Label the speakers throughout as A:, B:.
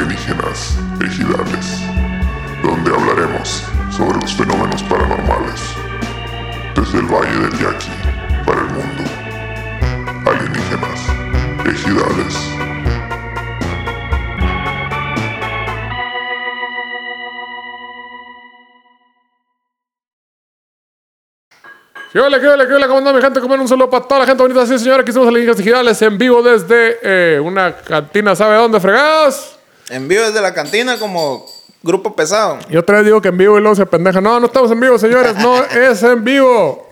A: Leyendas Ejidales, donde hablaremos sobre los fenómenos paranormales desde el Valle del Yaqui para el mundo. Alienígenas, ejidales.
B: ¿Qué hola, qué hola, qué hola? ¿Cómo andan, mi gente? Comen un saludo para toda la gente bonita. Sí, señora, aquí estamos en Ligas Digitales en vivo desde eh, una cantina, ¿sabe dónde, fregados?
C: En vivo desde la cantina como grupo pesado.
B: Yo otra vez digo que en vivo y luego se pendeja. No, no estamos en vivo, señores. No es en vivo.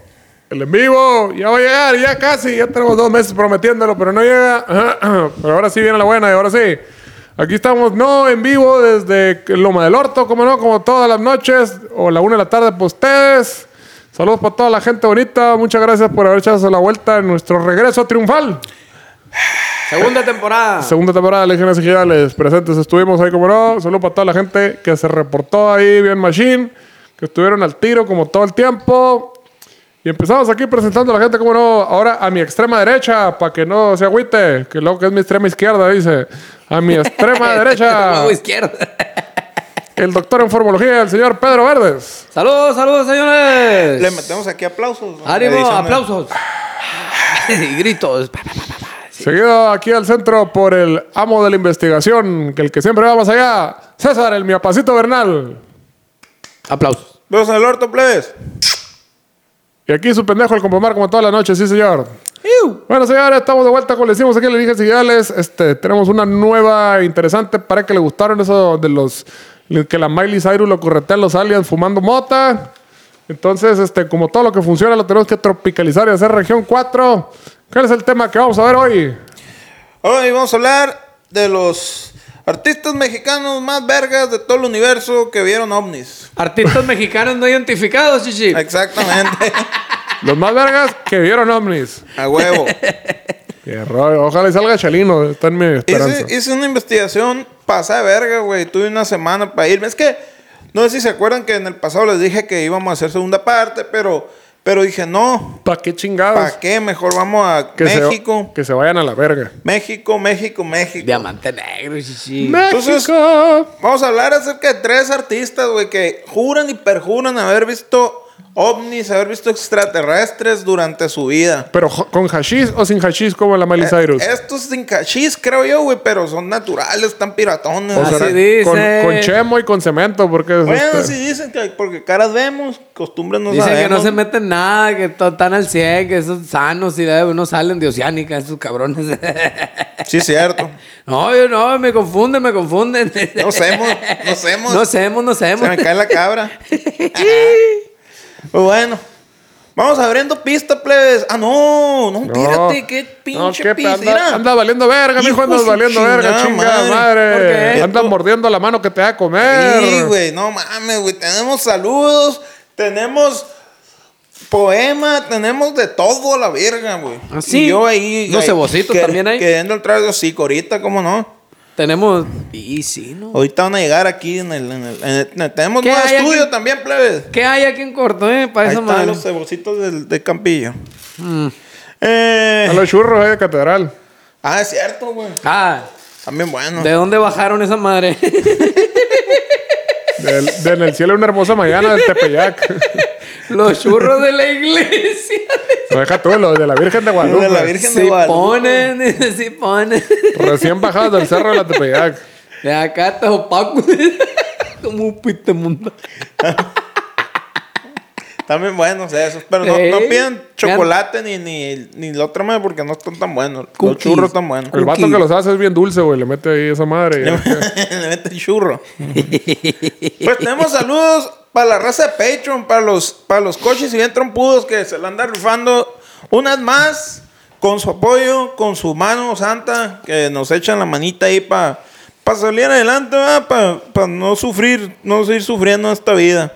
B: El en vivo ya va a llegar, ya casi. Ya tenemos dos meses prometiéndolo, pero no llega. Pero ahora sí viene la buena y ahora sí. Aquí estamos, no en vivo desde Loma del Orto, como no, como todas las noches o la una de la tarde para ustedes. Saludos para toda la gente bonita. Muchas gracias por haber echado la vuelta en nuestro regreso triunfal.
C: Segunda temporada.
B: Segunda temporada de Legiones Ejidales. Presentes estuvimos ahí como no. Saludos para toda la gente que se reportó ahí bien machine. Que estuvieron al tiro como todo el tiempo. Y empezamos aquí presentando a la gente como no. Ahora a mi extrema derecha, para que no se agüite. Que luego que es mi extrema izquierda, dice. A mi extrema derecha.
D: Huevo izquierdo.
B: El doctor en formología, el señor Pedro Verdes.
D: Saludos, saludos, señores.
C: Le metemos aquí aplausos. ¿no?
D: Ánimo,
C: Edición, ¿no?
D: aplausos. y gritos. Pa, pa, pa, pa, pa. Sí.
B: Seguido aquí al centro por el amo de la investigación, que el que siempre va más allá, César, el miapacito Bernal.
D: Aplausos.
C: Vemos en el orto, plebes.
B: Y aquí su pendejo el Compomar como toda la noche, sí señor. Bueno señores, estamos de vuelta como le decimos aquí en Ligas Ideales. Este, tenemos una nueva interesante para que le gustaron eso de los... Que la Miley Cyrus lo corretea a los aliens fumando mota. Entonces, este, como todo lo que funciona lo tenemos que tropicalizar y hacer región 4. ¿Cuál es el tema que vamos a ver hoy?
C: Hoy vamos a hablar de los artistas mexicanos más vergas de todo el universo que vieron ovnis.
D: Artistas mexicanos no identificados, chichi.
C: Exactamente.
B: Los más vergas que vieron ovnis.
C: A huevo.
B: Qué rollo. Ojalá y salga Chalino. Está en mi esperanza.
C: Hice, hice una investigación pasada de verga, güey. Tuve una semana para irme. Es que no sé si se acuerdan que en el pasado les dije que íbamos a hacer segunda parte, pero, pero dije no.
B: ¿Para qué chingados?
C: ¿Para qué? Mejor vamos a
B: que
C: México.
B: Se, que se vayan a la verga.
C: México, México, México.
D: Diamante negro, chichi.
C: Entonces-
B: México.
C: Vamos a hablar acerca de tres artistas, güey, que juran y perjuran haber visto ovnis, haber visto extraterrestres durante su vida.
B: Pero jo- con hashish o sin hashish como la
C: eh,
B: Miley Cyrus.
C: Estos sin cachis, creo yo, güey, pero son naturales, están piratones.
B: O
C: güey.
D: será-
B: sea,
D: dice.
B: con, con chemo y con cemento, porque es
C: bueno,
B: este-
C: sí dicen que porque caras vemos, costumbres no
D: Dicen que no
C: sabemos.
D: se meten nada, que to- están al 100, que esos sanos y de uno salen de oceánica, esos cabrones.
C: Sí, cierto.
D: no, yo no, me confunden, me confunden.
C: No semos, no semos.
D: No semos, no semos.
C: Se me cae la cabra. Pues bueno. Vamos abriendo pista, plebes. Ah, no, no,
B: No.
C: tírate, qué
B: No,
C: pinche
B: qué pe-
C: pista.
B: anda,
C: Mira.
B: anda valiendo verga, mijo,
C: Hijo
B: andas
C: de su
B: valiendo verga,
C: chingada
B: chingada
C: madre.
D: ¿Por
B: madre.
D: qué?
B: Andas mordiendo la mano que te va a comer.
C: Sí, güey, no mames, güey. Tenemos saludos, tenemos poema, tenemos de todo a la verga, güey.
D: Ah, sí.
C: Y yo ahí.
D: Los
C: ahí,
D: cebocitos también hay.
C: Queriendo el trago sí, ahorita, cómo no.
D: Tenemos. Y sí, ¿no?
C: Ahorita van a llegar aquí en el. en el- en el- en el- tenemos
D: ¿Qué
C: nuevo
D: hay
C: estudio
D: aquí?
C: también, plebes.
D: ¿Qué hay aquí en corto, eh? Para
C: Ahí
D: esa
C: están
D: madre. Mm.
C: los cebocitos del, de Campillo.
B: A
C: Eh,
B: los churros ahí de catedral.
C: ah, es cierto, güey.
D: Ah,
C: También bueno.
D: ¿de dónde bajaron esa madre?
B: Del, de en el cielo una hermosa mañana del Tepeyac.
D: los churros de la iglesia.
B: No deja tú, los de la Virgen de Guadalupe.
C: De la Virgen de
D: Si
C: Guadalupe.
D: ponen, si ponen.
B: Recién bajados del cerro de la Tepeyac.
D: De acá está opaco. Como un pito mundo.
C: También buenos eh, esos. Pero no,
D: Ey.
C: no pidan chocolate ni, ni, ni la otra madre porque no están tan buenos. Los
D: Cookies.
C: churros están buenos.
B: El vato que los hace es bien dulce, güey. Le mete ahí esa madre.
C: Le le meten churro. pues tenemos saludos para la raza de Patreon, para los, para los coches y bien trompudos que se la andan rifando unas más con su apoyo, con su mano santa, que nos echan la manita ahí para salir adelante, para no sufrir, no seguir sufriendo esta vida.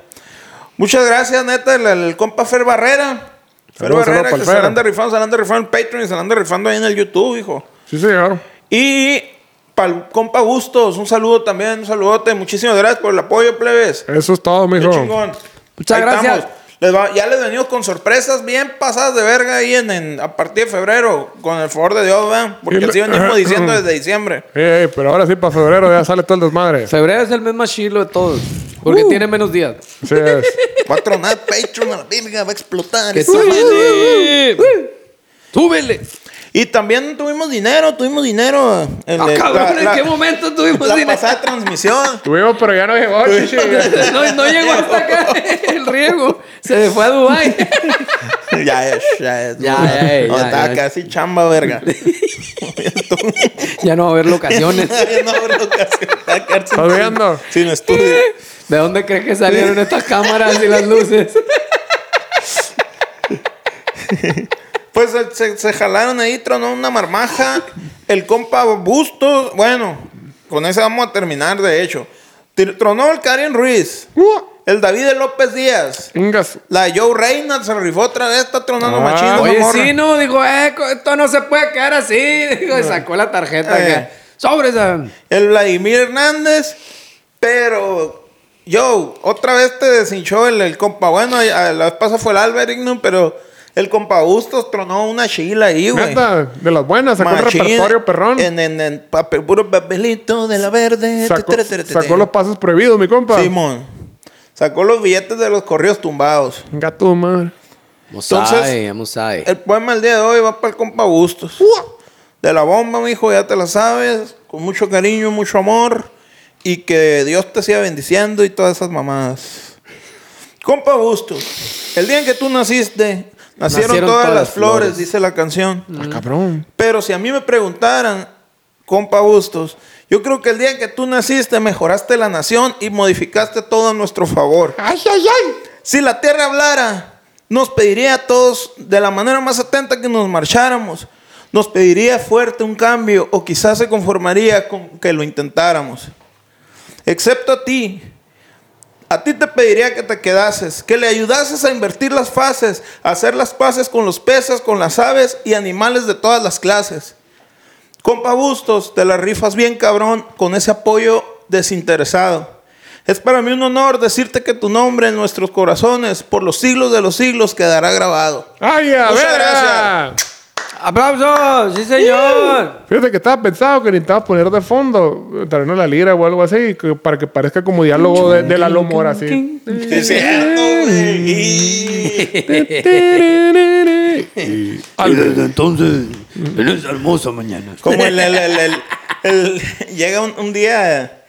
C: Muchas gracias, neta, el, el compa Fer Barrera. Fer
B: Saludos, saludos
C: Barrera,
B: pa'l
C: que se
B: Fer.
C: la anda rifando, se la anda rifando en Patreon y se la anda rifando ahí en el YouTube, hijo.
B: Sí, señor.
C: Y para compa Bustos, un saludo también, un saludote. Muchísimas gracias por el apoyo, plebes.
B: Eso es todo,
C: Qué
B: mijo.
C: chingón.
D: Muchas gracias.
C: estamos. Les va- ya les venimos con sorpresas bien pasadas de verga ahí en, en- a partir de febrero, con el favor de Dios, ¿verdad?
B: Y
C: Porque
B: lo-
C: así venimos diciendo desde diciembre.
B: Ey, ey, pero ahora sí, para febrero ya sale todo el desmadre.
D: Febrero es el mes más chilo de todos.
C: Uh.
D: Porque tiene menos días.
B: Así es.
C: Va a tronar Patreon a la verga, va a explotar.
D: ¡Que
C: esa madre.
D: súbele! ¡Súbele!
C: Y también tuvimos dinero, tuvimos dinero. en
D: ¡Ah,
C: el-
D: cabrón!
C: la-
D: ¿En
C: la-
D: qué momento tuvimos
C: La
D: dinero?
C: pasada transmisión.
B: Tuvimos, pero ya no llegó, chichi.
D: No, no llegó hasta acá el riego. Se me fue a Dubái.
C: ya es, ya es.
D: Ya, ya, ya,
C: No,
D: ya,
C: estaba
D: ya.
C: casi chamba, verga.
D: Ya no va a haber locaciones.
C: no habrá ocasión para quedarse
B: ¿Estás
C: sin-
B: viendo?
C: Sin estudio.
D: ¿De dónde crees que salieron estas cámaras y las luces?
C: Pues se- se, se jalaron ahí, tronó una marmaja. El compa Bustos, bueno, con ese vamos a terminar, de hecho. Tir- Tronó el Karen Ruiz,
B: Uh,
C: el David López Díaz,
B: ingas.
C: la Joe Reina se rifó otra vez, está tronando
B: Ah,
C: machino.
D: Oye, sí, no, dijo, eh, co- esto no se puede quedar así. Dijo, y sacó la tarjeta ah.
C: Eh.
D: acá. Sobre esa.
C: el Vladimir Hernández, pero yo, otra vez te deshinchó el, el compa. Bueno, a- a la vez pasada fue el Albert Ignum, pero el compa Bustos tronó una chila ahí, güey.
B: Neta, de las buenas, sacó el
C: Machín,
B: repertorio perrón.
C: En, en, en papel, puro papelito de la verde.
B: Sacó,
C: Te, te, te, te,
B: sacó
C: te.
B: los pasos prohibidos, mi compa.
C: Simón. Sacó los billetes de los correos tumbados.
B: Venga tu madre.
D: Mosai, Mosai.
C: El poema del día de hoy va para el compa Bustos. De la bomba, mijo, ya te la sabes. Con mucho cariño, mucho amor. Y que Dios te siga bendiciendo y todas esas mamadas. Compa Bustos, el día en que tú naciste, nacieron,
D: Nacieron
C: todas,
D: todas
C: las flores,
D: las
C: Mm.
D: flores.
C: dice la canción.
B: Ah, cabrón.
C: Pero si a mí me preguntaran, compa Bustos, yo creo que el día en que tú naciste mejoraste la nación y modificaste todo a nuestro favor.
B: ¡Ay, ay, ay!
C: Si la tierra hablara, nos pediría a todos de la manera más atenta que nos marcháramos. Nos pediría fuerte un cambio o quizás se conformaría con que lo intentáramos. Excepto a ti. A ti te pediría que te quedases, que le ayudases a invertir las fases, a hacer las paces con los peces, con las aves y animales de todas las clases. Compa Bustos, te la rifas bien cabrón con ese apoyo desinteresado. Es para mí un honor decirte que tu nombre en nuestros corazones por los siglos de los siglos quedará grabado.
B: ¡Ay, a
C: Muchas
B: ver!
C: gracias.
D: ¡Aplausos! ¡Sí, señor!
B: Fíjate que estaba pensado que necesitaba poner de fondo, eh, tal vez no la lira o algo así, que- para que parezca como diálogo de, de la
C: Mm.
B: lomora, así.
C: Es cierto, güey.
B: Y-
E: Y desde entonces, en esa hermosa mañana.
C: Como el, el- el- el- el- llega un, un día,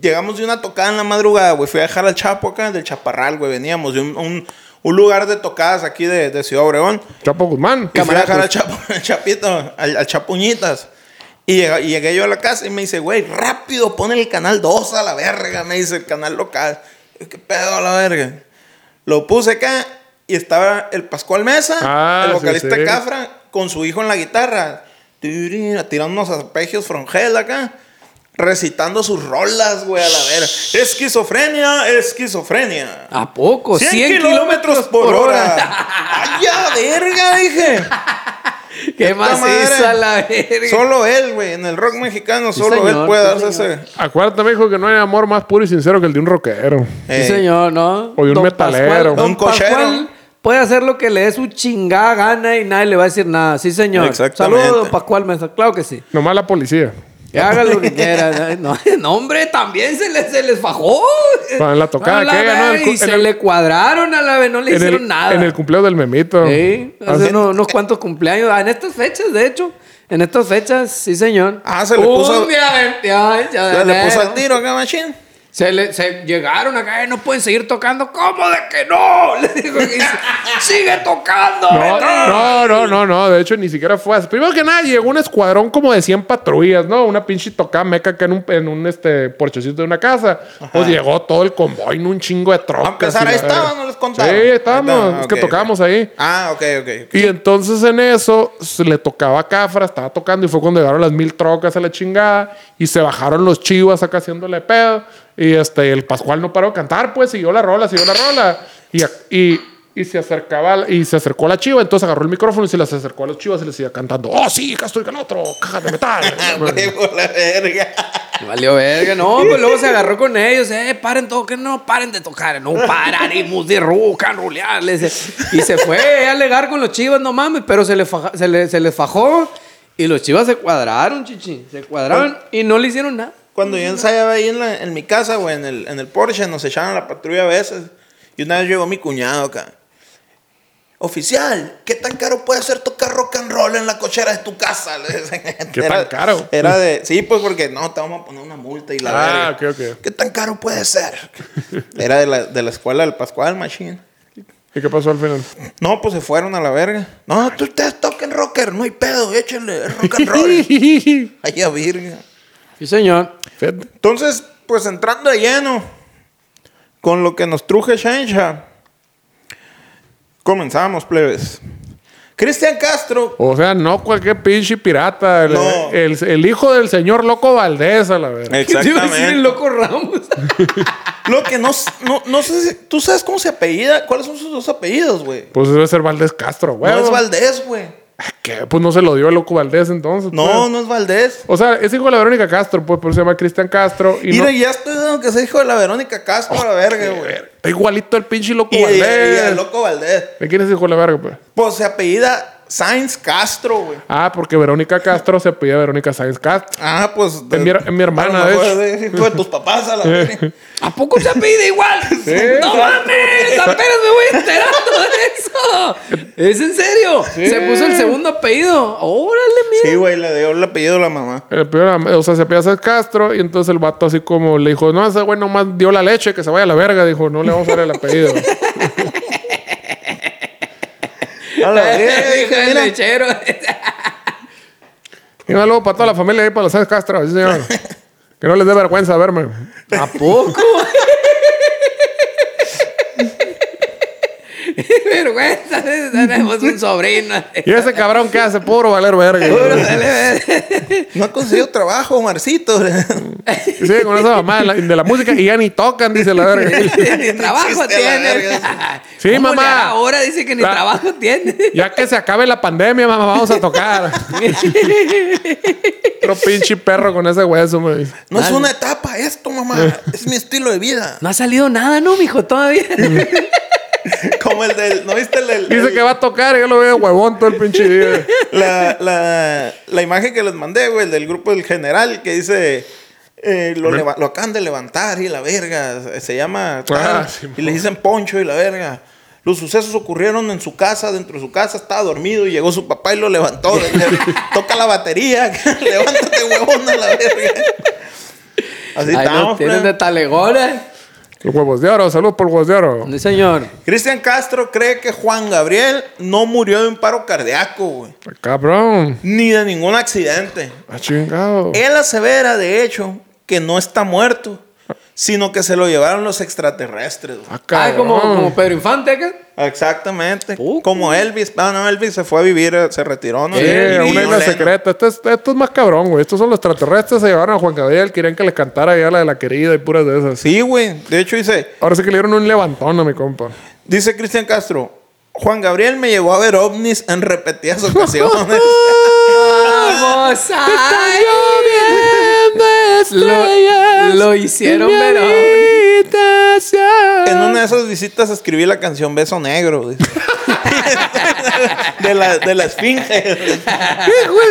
C: llegamos de una tocada en la madrugada, güey. Fui a dejar al Chapo acá, del Chaparral, güey. Veníamos de un, un- un lugar de tocadas aquí de, de Ciudad Obregón.
B: Chapo Guzmán.
C: Y fui a dejar al,
D: Camaracos.
C: Chapo- al Chapito, al, al Chapuñitas. Y llega- y llegué, yo a la casa y me dice, güey, rápido, pon el canal 2 a la verga. Me dice, el canal local. Y yo, ¿Qué pedo a la verga? Lo puse acá y estaba el Pascual Mesa,
B: Ah,
C: el
B: sí,
C: vocalista
B: sí.
C: Cafra, con su hijo en la guitarra. Tirira, Tirando unos arpegios frongel acá. Recitando sus rolas, güey, a la verga. Esquizofrenia, esquizofrenia.
D: ¿A poco?
C: 100, kilómetros por hora. ¡Ay, ya, verga! Dije.
D: ¡Qué maciza
C: madre.
D: la verga!
C: Solo él, güey. En el rock mexicano,
D: Sí,
C: solo él
D: señor,
C: puede
D: sí,
C: darse
D: señor.
C: ese.
B: Acuérdate, me dijo que no hay amor más puro y sincero que el de un rockero.
C: Eh,
D: Sí, señor, ¿no?
B: O de un metalero.
D: don
C: Un cochero.
D: Pascual puede hacer lo que le dé su chingada gana y nadie le va a decir nada. Sí, señor.
C: Exactamente.
D: Saludos, don Pascual Mesa. Claro que sí.
B: Nomás la policía.
D: Que haga lo que quiera. No, no, hombre, también se les, se les fajó.
B: Bueno, en la tocada
D: A la
B: aquella, ¿no?
D: verga,
B: El cu-
D: Y se
B: en el-
D: le cuadraron a la vez, no le
B: en,
D: hicieron
B: el,
D: nada.
B: en el cumpleaños del memito.
D: Sí, hace
B: Así-
D: unos, unos cuantos cumpleaños. Ah, en estas fechas, de hecho. En estas fechas, sí, señor.
C: Ah, se le puso-
D: Un día 28
C: le-
D: de
C: le puso
D: enero.
C: al tiro acá, machín.
D: Se, le, se llegaron acá, "Eh, no pueden seguir tocando. ¿Cómo de que no? Le dijo, y dice, sigue tocando.
B: No,
D: Beto".
B: no, no, no, no. De hecho, ni siquiera fue así. Primero que nada, llegó un escuadrón como de 100 patrullas, ¿no? Una pinche tocada meca que en un, en un este, porchecito de una casa. Pues llegó todo el convoy en un chingo de trocas.
C: A empezar,
B: y la
C: ahí estaban,
B: verga.
C: no les contaron.
B: Sí, estábamos.
C: Ahí estaban,
B: es
C: ok,
B: que
C: ok.
B: tocábamos ahí.
C: Ah, ok, ok.
B: Y entonces en eso se le tocaba a Cafra, estaba tocando y fue cuando llegaron las mil trocas a la chingada y se bajaron los chivas acá haciéndole pedo. Y este, el Pascual no paró de cantar, pues siguió la rola, siguió la rola. Y, y, y se acercaba la- y se acercó a la chiva, entonces agarró el micrófono y se las acercó a las chivas y les iba cantando, oh sí, acá estoy con otro, caja de metal.
C: Ah, Huevo, la verga.
D: Valió verga, no, pues luego se agarró con ellos, eh, paren toquen, no paren de tocar, no pararemos de rocan rolear, le dice. y se fue eh, a alegar con los chivas, no mames, pero se le, faja- se le- se les fajó y los chivas se cuadraron, chichi, se cuadraron y no le hicieron nada.
C: Cuando yo ensayaba ahí en, la- en mi casa, güey, en el, en el Porsche, nos echaban la patrulla a veces. Y una vez llegó mi cuñado acá. Oficial, ¿qué tan caro puede ser tocar rock and roll en la cochera de tu casa? Le dicen.
B: ¿Qué tan caro?
C: Era de. Sí, pues porque no, te vamos a poner una multa y la
B: Ah,
C: verga.
B: ok, ok.
C: ¿Qué tan caro puede ser? Era de la, de la escuela del Pascual Machine.
B: ¿Y qué pasó al final?
C: No, pues se fueron a la verga. No, tú ustedes toquen rocker, no hay pedo, échenle es rock and roll.
B: Fíjate.
C: Ay, a virga.
D: Sí, señor.
C: Entonces, pues entrando de lleno con lo que nos truje Shencha, comenzamos, plebes. Cristian Castro,
B: O sea, no cualquier pinche pirata. El,
C: No.
B: el- el hijo del señor loco Valdés, a la verdad.
D: ¿Qué te iba a decir el loco Ramos?
C: lo que no, s- no, no sé si- ¿Tú sabes cómo se apellida? ¿Cuáles son sus dos apellidos, güey?
B: Pues debe ser Valdés Castro, güey.
C: No es Valdés, güey.
B: ¿Qué? Pues no se lo dio el loco Valdés entonces.
C: No,
B: pues.
C: no es Valdés.
B: O sea, es hijo de la Verónica Castro, pues, pero se llama Cristian Castro. Y
C: Mira,
B: no- Oh,
C: ya estoy dando que se hijo de la Verónica Castro, a la verga, güey.
B: Está igualito el pinche loco
C: Y, y- y
B: Valdés.
C: el loco Valdés.
B: ¿De quién es hijo de la verga, pues?
C: Pues se apellida Sainz Castro, güey.
B: Ah, porque Verónica Castro se pide Verónica Sáenz Castro.
C: Ah, pues.
B: Es mi her- es mi hermana, de hecho.
C: de Hijo de tus papás, a la verga.
D: ¿A poco se pide igual? ¡No mames! ¡Apenas me voy enterando de eso! ¿Es en serio? Se puso el segundo apellido. ¡Órale, mira!
C: Sí, güey, le dio el apellido a la mamá.
B: El peor, o sea, se pide a Sáenz Castro y entonces el vato así como le dijo, no, ese güey nomás dio la leche, que se vaya a la verga. Dijo, no le vamos a dar el apellido.
C: A la verga,
D: Hijo
C: dije,
D: del
C: mira.
D: lechero.
B: Y un saludo para toda la familia ahí, para los Sáenz Castro, sí, señor. que no les dé vergüenza verme.
D: ¿A poco? Vergüenza, tenemos un sobrino.
B: Y ese cabrón que hace puro valer verga.
C: No ha conseguido trabajo, Marcito.
B: Y sigue con esa mamá de la, de la música y ya ni tocan, dice la verga.
D: Ni trabajo
C: Chiste a la
D: tiene.
C: verga.
B: Sí,
D: ¿Cómo le
B: mamá.
D: hará Ahora dice que ni
B: La-
D: trabajo tiene.
B: Ya que se acabe la pandemia, mamá, vamos a tocar. Otro pinche perro con ese hueso, me dice.
C: No es una etapa esto, mamá. Es mi estilo de vida.
D: No ha salido nada, ¿no, mijo? Todavía.
C: Como el del. ¿No viste el del.?
B: Dice
C: el-
B: que va a tocar y yo lo veo huevón todo el pinche día.
C: la, la, la imagen que les mandé, güey, el del grupo del general que dice. eh, lo, leva- lo acaban de levantar y la verga. se- Se llama. tal,
B: Ah, sí,
C: y le dicen Poncho y la verga. Los sucesos ocurrieron en su casa, dentro de su casa, estaba dormido y llegó su papá y lo levantó. Le- le- toca la batería, levántate huevón a la verga. Así
D: Ahí
C: estamos, pues.
D: lo tienen de
C: plebe.
D: talegones.
B: Los huevos de oro, salud por huevos de oro.
D: Sí, señor. Ah,
C: Cristian Castro cree que Juan Gabriel no murió de un paro cardíaco, güey,
B: Cabrón,
C: ni de ningún accidente.
B: ha chingado. Ah,
C: Él asevera, de hecho, que no está muerto, sino que se lo llevaron los extraterrestres. güey.
B: Ah, cabrón.
D: Ah, como, como Pedro Infante acá.
C: Exactamente.
D: Poco.
C: Como Elvis. Ah, no, Elvis se fue a vivir, eh, se retiró. ¿no?
B: Uh. Sí,
C: Y
B: una
C: John
B: isla
C: Lennon.
B: secreta. Esto es, esto es más cabrón, güey. Estos son los extraterrestres. Se llevaron a Juan Gabriel. Querían que le cantara ya la de la querida y puras de esas.
C: Sí, güey. De hecho, dice,
B: Ahora sí que le dieron un levantón a mi compa.
C: dice Cristian Castro, Juan Gabriel me llevó a ver ovnis en repetidas ocasiones.
D: ¡Vamos ay, Lo, lo hicieron, pero.
C: en una de esas visitas escribí la canción Beso Negro. güey. de, la, de la esfinge.
B: Hijo de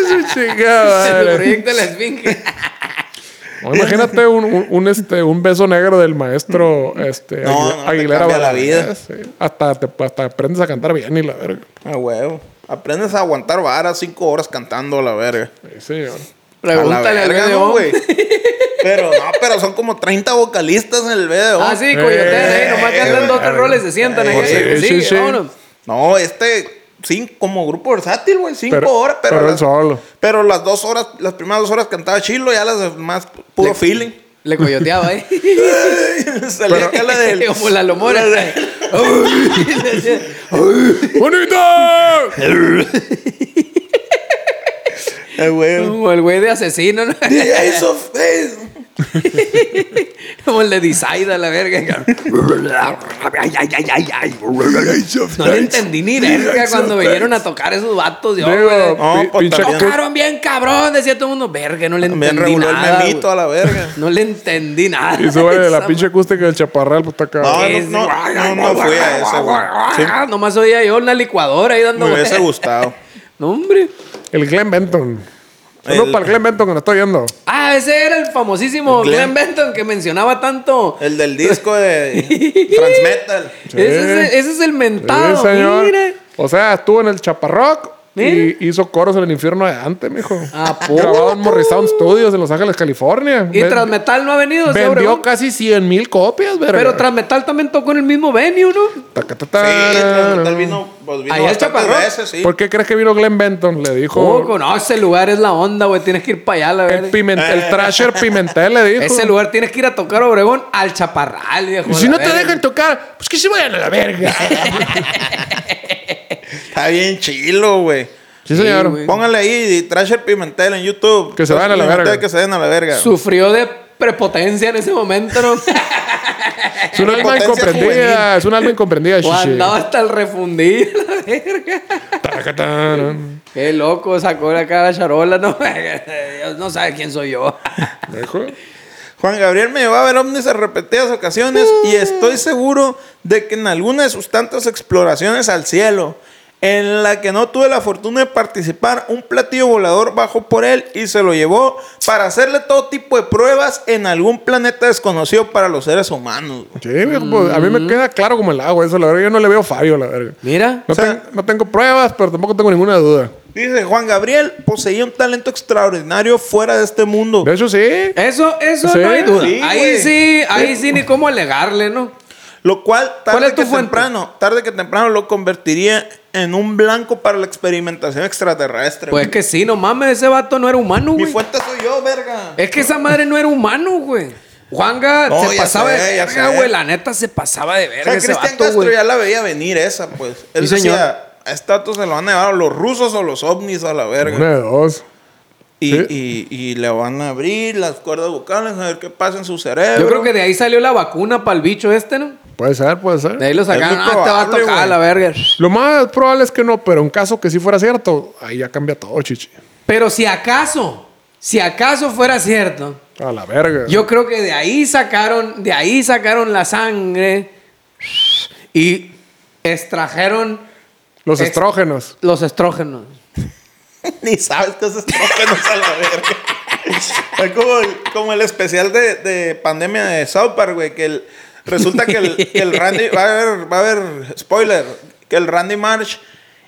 B: su chingada
D: El
B: madre.
D: proyecto de la esfinge.
B: No, imagínate un, un, un, este, un beso negro del maestro este,
C: No,
B: Aguil-
C: no, te cambia la vida.
B: Valadez, sí. Hasta, te- hasta aprendes a cantar bien y la verga.
C: Ah, huevo. Aprendes a aguantar varas cinco horas cantando a la verga.
B: Sí, señor.
C: A
D: Pregúntale
C: la
D: al
C: verga,
D: BDO.
C: no, güey. Pero no, pero son como 30 vocalistas en el BDO.
D: Ah, sí, coyotean ahí. Nomás que andan dos, tres roles, se sientan ahí.
C: Sí,
D: Sí,
B: sí,
D: sí,
B: sí.
D: vámonos.
C: No, este, sí, como grupo versátil, güey, cinco
B: Pero-
C: horas, pero.
B: pero él
C: las,
B: solo.
C: pero las dos horas, las primeras dos horas cantaba chilo, ya las demás, puro feeling.
D: Le coyoteaba ahí.
C: Salía acá la del.
D: Como la lomora.
B: ¡Bonito!
C: Eh, güey. Eh,
D: Como el güey de asesino. ¿no?
C: The Ace of Base.
D: Como el de Desaida, la verga.
E: Ay, ay, ay, ay, ay.
D: No le entendí ni verga cuando vinieron a tocar esos vatos. Yo,
B: Digo,
D: güey.
C: No,
B: pi-
C: pues,
B: pinche
C: también-
B: actitud-
D: Tocaron bien cabrón, decía todo el mundo. Verga, no le
C: Me
D: entendí
C: reguló el
D: nada.
C: memito
D: güey.
C: a la verga.
D: No le entendí nada.
B: Y sube la
D: Esa
B: pinche acústica del chaparral, pues está
C: No,
B: acá.
D: Es-
C: no, no, no, no fui a esa, güey. Sí,
D: Ah, nomás oía yo una licuadora ahí dando
C: me hubiese
D: vueltas.
C: gustado.
D: No, hombre.
B: El Glenn Benton. Saludos
C: El-
B: para el Glenn Benton que nos está oyendo.
D: Ah, ese era el famosísimo
C: Glenn.
D: Glenn Benton que mencionaba tanto.
C: El del disco de Transmetal.
D: Ese, es, ese es el mentado.
B: Sí, señor.
D: Mira.
B: O sea, estuvo en el Chaparrock
D: Mira.
B: y hizo coros en el infierno de Dante, mijo.
D: ¿A poco?
B: Grabado en Morrisound Studios en Los Ángeles, California.
D: Ah, Y
B: Ven-
D: Transmetal no ha venido. ese
B: Vendió
D: Obregón.
B: casi 100 mil copias, verga.
D: Pero Transmetal también tocó en el mismo venue, ¿no?
C: Sí,
B: Tacatatara.
C: Transmetal vino, pues vino
D: Ahí el
C: bastantes
D: chaparrón.
C: veces, sí.
B: ¿Por qué crees que vino Glenn Benton? Le dijo.
D: Poco, no, Oh, ese lugar es la onda, güey. Tienes que ir para allá, la
B: el,
D: verdad.
B: Pimen-
C: Eh.
B: el Thrasher Pimentel le dijo.
D: Ese lugar tienes que ir a tocar Obregón al chaparral, viejo.
B: Y si
D: la
B: no te
D: verga.
B: dejan tocar, pues que se vayan a la verga.
C: Está bien chilo, güey.
B: sí, señor.
D: güey.
C: Póngale ahí Trasher Pimentel en YouTube.
B: Que se
C: Thrasher
B: vayan a la
C: Pimentel,
B: verga.
C: Que se den a la verga.
D: Sufrió de prepotencia en ese momento, ¿no?
B: es un alma
C: Potencia
B: incomprendida.
C: juvenil.
B: Es un alma incomprendida,
D: o
B: Shishi.
D: andaba hasta el refundido, la verga.
B: Tacatara.
D: Qué loco, sacó la cara charola, ¿no? Dios no sabe quién soy yo.
B: Dijo.
C: Juan Gabriel me llevó a ver ovnis a repetidas ocasiones y
B: Mm.
C: estoy seguro de que en alguna de sus tantas exploraciones al cielo, en la que no tuve la fortuna de participar, un platillo volador bajó por él y se lo llevó para hacerle todo tipo de pruebas en algún planeta desconocido para los seres humanos. güey.
B: Sí, viejo, pues, a mí
C: Mm.
B: me queda claro como el agua eso, la verga. Yo no le veo fallo, la verga.
D: Mira.
B: No,
C: O
B: ten-
C: sea-
B: no tengo pruebas, pero tampoco tengo ninguna duda.
C: Dice Juan Gabriel, poseía un talento extraordinario fuera de este mundo.
B: De hecho, sí.
D: Eso, eso
B: Sí,
D: no hay duda.
C: sí,
D: ahí
C: güey.
D: sí, ahí sí ni cómo alegarle, ¿no?
C: Lo cual tarde
D: ¿Cuál es tu
C: que
D: fuente?
C: temprano, tarde que temprano lo convertiría en un blanco para la experimentación extraterrestre.
D: Pues
C: güey.
D: que sí, no mames, ese vato no era humano,
C: Mi
D: güey.
C: fuente soy yo, verga.
D: Es que esa madre no era humano, güey. Juanga
C: No,
D: se
C: ya
D: pasaba
C: sé,
D: de
C: ya
D: verga,
C: sé.
D: güey. La neta se pasaba de
C: o
D: verga
C: sea,
D: ese
C: Cristian
D: vato,
C: Castro
D: güey.
C: ya la veía venir esa, pues. Él
D: Sí, señor.
C: decía, a esta vato se lo van a llevar los rusos o los ovnis a la
B: Una
C: verga.
B: de dos.
C: Y,
B: Sí.
C: y, y le van a abrir las cuerdas vocales a ver qué pasa en su cerebro.
D: Yo creo que de ahí salió la vacuna para el bicho este, ¿no?
B: Puede ser, puede ser.
D: De ahí lo
C: muy
D: sacaron. Ah, te va a
C: probable,
D: tocar
C: güey.
D: la verga.
B: Lo más probable es que no, pero en caso que sí fuera cierto, ahí ya cambia todo, chichi.
D: Pero si acaso, si acaso fuera cierto,
B: A la verga.
D: yo creo que de ahí sacaron, de ahí sacaron la sangre y extrajeron
B: Los
D: Es-
B: estrógenos.
D: los estrógenos.
C: Ni sabes qué es estrógenos a la verga. Es como el, como el especial de, de pandemia de South Park, güey. Que el- resulta que el, que el Randy. Va a, haber, va a haber spoiler. Que el Randy Marsh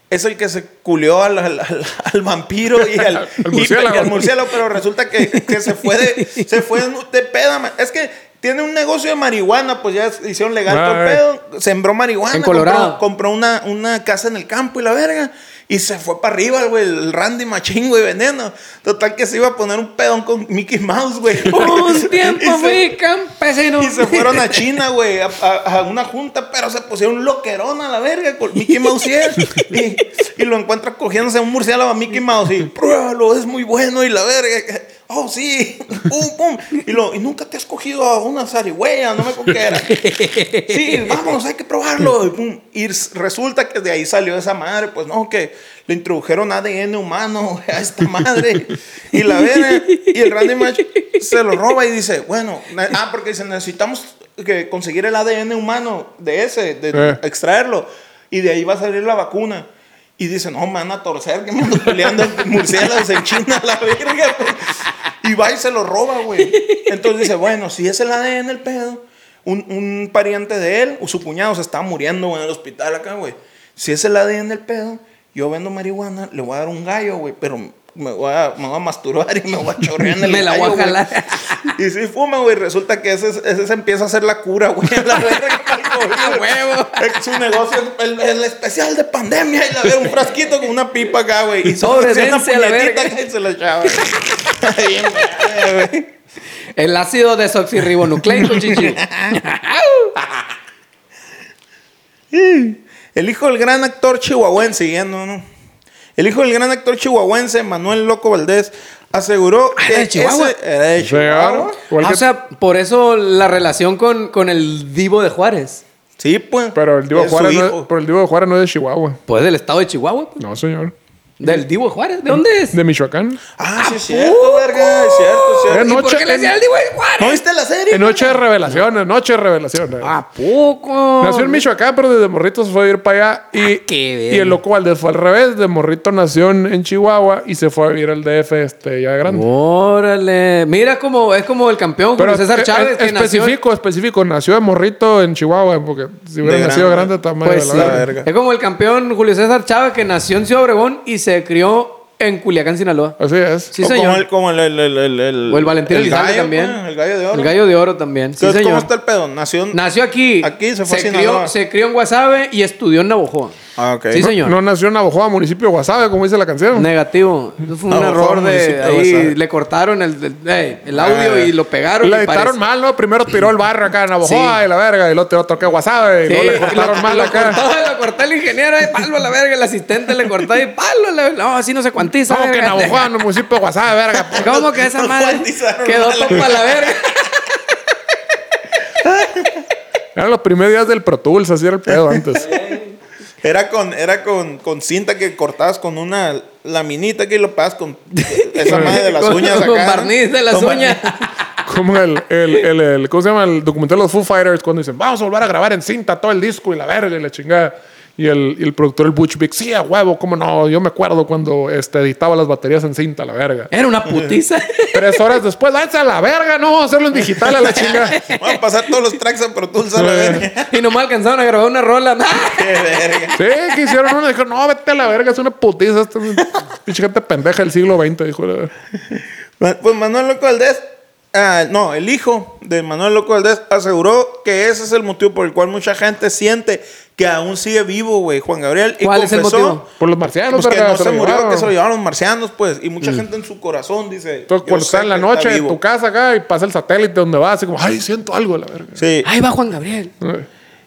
C: es el que se culió al, al- al- al vampiro y al, y-
B: murciélago.
C: y al murciélago, Pero resulta que, que se fue de, se fue de peda. man. Es que tiene un negocio de marihuana, pues ya hicieron legal todo el
B: Ay.
C: pedo. Sembró marihuana.
D: En Colorado.
C: Ah, compró- compró una, una casa en el campo y la verga. Y se fue para arriba, güey, el Randy Machingo y Veneno. Total que se iba a poner un pedón con Mickey Mouse, güey.
D: Un
C: Y
D: tiempo
C: se-
D: fui campesino.
C: Y se fueron a China, güey, a, a- a una junta, pero se pusieron loquerón a la verga con Mickey Mouse y él. Y, y lo encuentra cogiéndose a un murciélago a Mickey Mouse y pruébalo, es muy bueno y la verga. Oh, sí, pum, pum. Y, lo, y nunca te has cogido a una zarigüeya, no me acuerdo qué era. Sí, vamos, hay que probarlo. Y, pum, y s- resulta que de ahí salió esa madre. Pues no, que le introdujeron ADN humano a esta madre. Y la ven y el Randy Marsh se lo roba y dice, bueno, na- ah, porque dice, necesitamos que conseguir el ADN humano de ese, de
B: Eh.
C: extraerlo. Y de ahí va a salir la vacuna. Y dice, no, me van a torcer, que me ando peleando en murciélagos en China, la verga, güey. Y va y se lo roba, güey. Entonces dice, bueno, si es el ADN el pedo, un, un pariente de él, o su cuñado se está muriendo güey, en el hospital acá, güey. Si es el ADN el pedo, yo vendo marihuana, le voy a dar un gallo, güey, pero me voy a, me voy a masturbar y me voy a chorrear en el
D: Me la voy a
C: gallo, güey".
D: jalar.
C: Y si fuma, güey, resulta que ese, ese se empieza a hacer la cura, güey. a La verga, para el COVID,
D: ¡A
C: güey.
D: huevo!
C: Es su negocio, el, el especial de pandemia. Y la verga, un frasquito con una pipa acá, güey. Y
D: Sobre,
C: hacía una
D: dense a la
C: puñetita
D: verga.
C: acá y se la echaba. Bien, güey, güey.
D: El ácido desoxirribonucleico, chichi.
C: El hijo del gran actor chihuahuense, siguiendo, ¿no? El hijo del gran actor chihuahuense, Manuel Loco Valdés, aseguró
D: Ah,
C: que
D: era de Chihuahua.
C: ese- era de Chihuahua.
B: Claro. Igual
D: Ah,
B: que-
D: o sea, por eso la relación con, con el Divo de Juárez.
C: Sí, pues.
B: pero, el Divo
C: Es su
B: Juárez no es,
C: hijo.
B: pero el Divo de Juárez no es de Chihuahua.
D: Pues del estado de Chihuahua. pues.
B: No, señor.
D: Del Divo de Juárez. ¿De dónde es?
B: De Michoacán.
C: Ah, sí, es cierto, verga. Es cierto, es
B: Eh,
C: cierto.
D: ¿Y
B: noche-
D: por qué le decían el Divo de
C: ¿No
D: Juárez?
C: viste la serie?
B: En noche de revelaciones, noche de revelaciones.
C: Ah,
D: ¿A poco?
B: Nació en Michoacán, pero desde morrito se fue a ir para allá. Y,
D: Ah, qué bien.
B: y en lo cual fue al revés. De morrito nació en, en Chihuahua y se fue a vivir al DF este, ya de grande.
D: Órale. Mira como es como el campeón Julio César
B: eh,
D: Chávez
B: eh,
D: que nació.
B: específico, específico. Nació de morrito en Chihuahua, porque si hubiera
C: De
B: nacido
C: grande.
B: grande, tamaño
D: Pues sí.
B: la
C: sí.
B: verga.
C: verga.
D: Es como el campeón Julio César Chávez que nació en Ciudad Obregón y se crió en Culiacán, Sinaloa.
B: Así es.
D: Sí,
C: O
D: señor.
C: Como el, como el, el, el, el,
D: O el Valentín Elizalde
C: gallo,
D: también.
C: pues, el gallo de oro.
D: El gallo de oro también. Sí,
C: Entonces,
D: señor.
C: ¿Cómo está el pedo? Nació. en-
D: Nació aquí.
C: Aquí, se fue a Sinaloa.
D: crió, se crió en Guasave y estudió en Navajoa.
C: Ah, ok.
D: Sí,
C: No-
D: señor.
B: No nació en Navajoa, municipio de Guasave, como dice la canción.
D: Negativo. Eso fue un
C: Navajoa,
D: error
C: municipio
D: de
C: de
D: ahí.
C: Guasave.
D: Le cortaron el, el- eh, el audio
C: Ah.
D: y lo pegaron.
B: La
D: y
B: editaron
D: parece-
B: mal, ¿no? Primero tiró el barrio acá en Navajoa
D: Sí.
B: y la verga. Y luego tiró otro que Guasave. Y
D: Sí,
B: luego le
D: lo-
B: cortaron mal
D: lo
B: acá.
D: cortó, lo cortó el ingeniero y palo a la verga. El asistente le cortó y palo a la verga. No, así no se cuantiza.
B: No, que
D: verga.
B: Navajoa, no, municipio de Guasave, verga.
D: ¿Cómo que esa
C: No
D: madre
C: cuantizaron
D: quedó
C: mal.
D: topa la verga?
B: Eran los primeros días del Pro Tools, así era el pedo antes.
C: Era con, era con, con cinta que cortabas con una laminita que lo pasas con esa madre de las
D: Con-
C: uñas acá.
D: Con
C: ¿no?
D: barniz de las
C: Con
D: uñas.
B: Como el, el, el, el- ¿cómo se llama? El documental de los Foo Fighters cuando dicen, vamos a volver a grabar en cinta todo el disco y la verga y la chingada. Y el, y el productor, el Butch Big, sí, a huevo, cómo no. Yo me acuerdo cuando este, editaba las baterías en cinta, la verga.
D: Era una putiza.
B: Tres horas después, lanza a la verga, no, vamos a hacerlo en digital a la chingada.
C: Vamos a pasar todos los tracks a Pro Tools a la verga.
D: y nomás alcanzaron a grabar una rola.
C: Qué verga.
B: Sí, que hicieron uno, dijeron, no, vete a la verga, es una putiza. Esta pinche gente pendeja del siglo XX, dijo. la verga.
C: Ma- Pues Manuel Loco Valdés, ah, no, el hijo de Manuel Loco Valdés aseguró que ese es el motivo por el cual mucha gente siente que aún sigue vivo, güey, Juan Gabriel. Y
D: ¿Cuál es el
C: confesó
D: motivo?
B: Por los marcianos,
C: pues, que
B: verga,
C: no se
B: lo
C: murió, que
B: llevaron.
C: se lo llevaron los marcianos, pues. Y
D: Mm.
C: mucha gente en su corazón dice.
B: Entonces,
C: yo
B: cuando
C: sé
B: está en la
C: que
B: noche en
C: vivo.
B: tu casa acá y pasa el satélite donde vas, así como, ay, siento algo, la verga.
C: Sí.
D: Ahí va Juan Gabriel.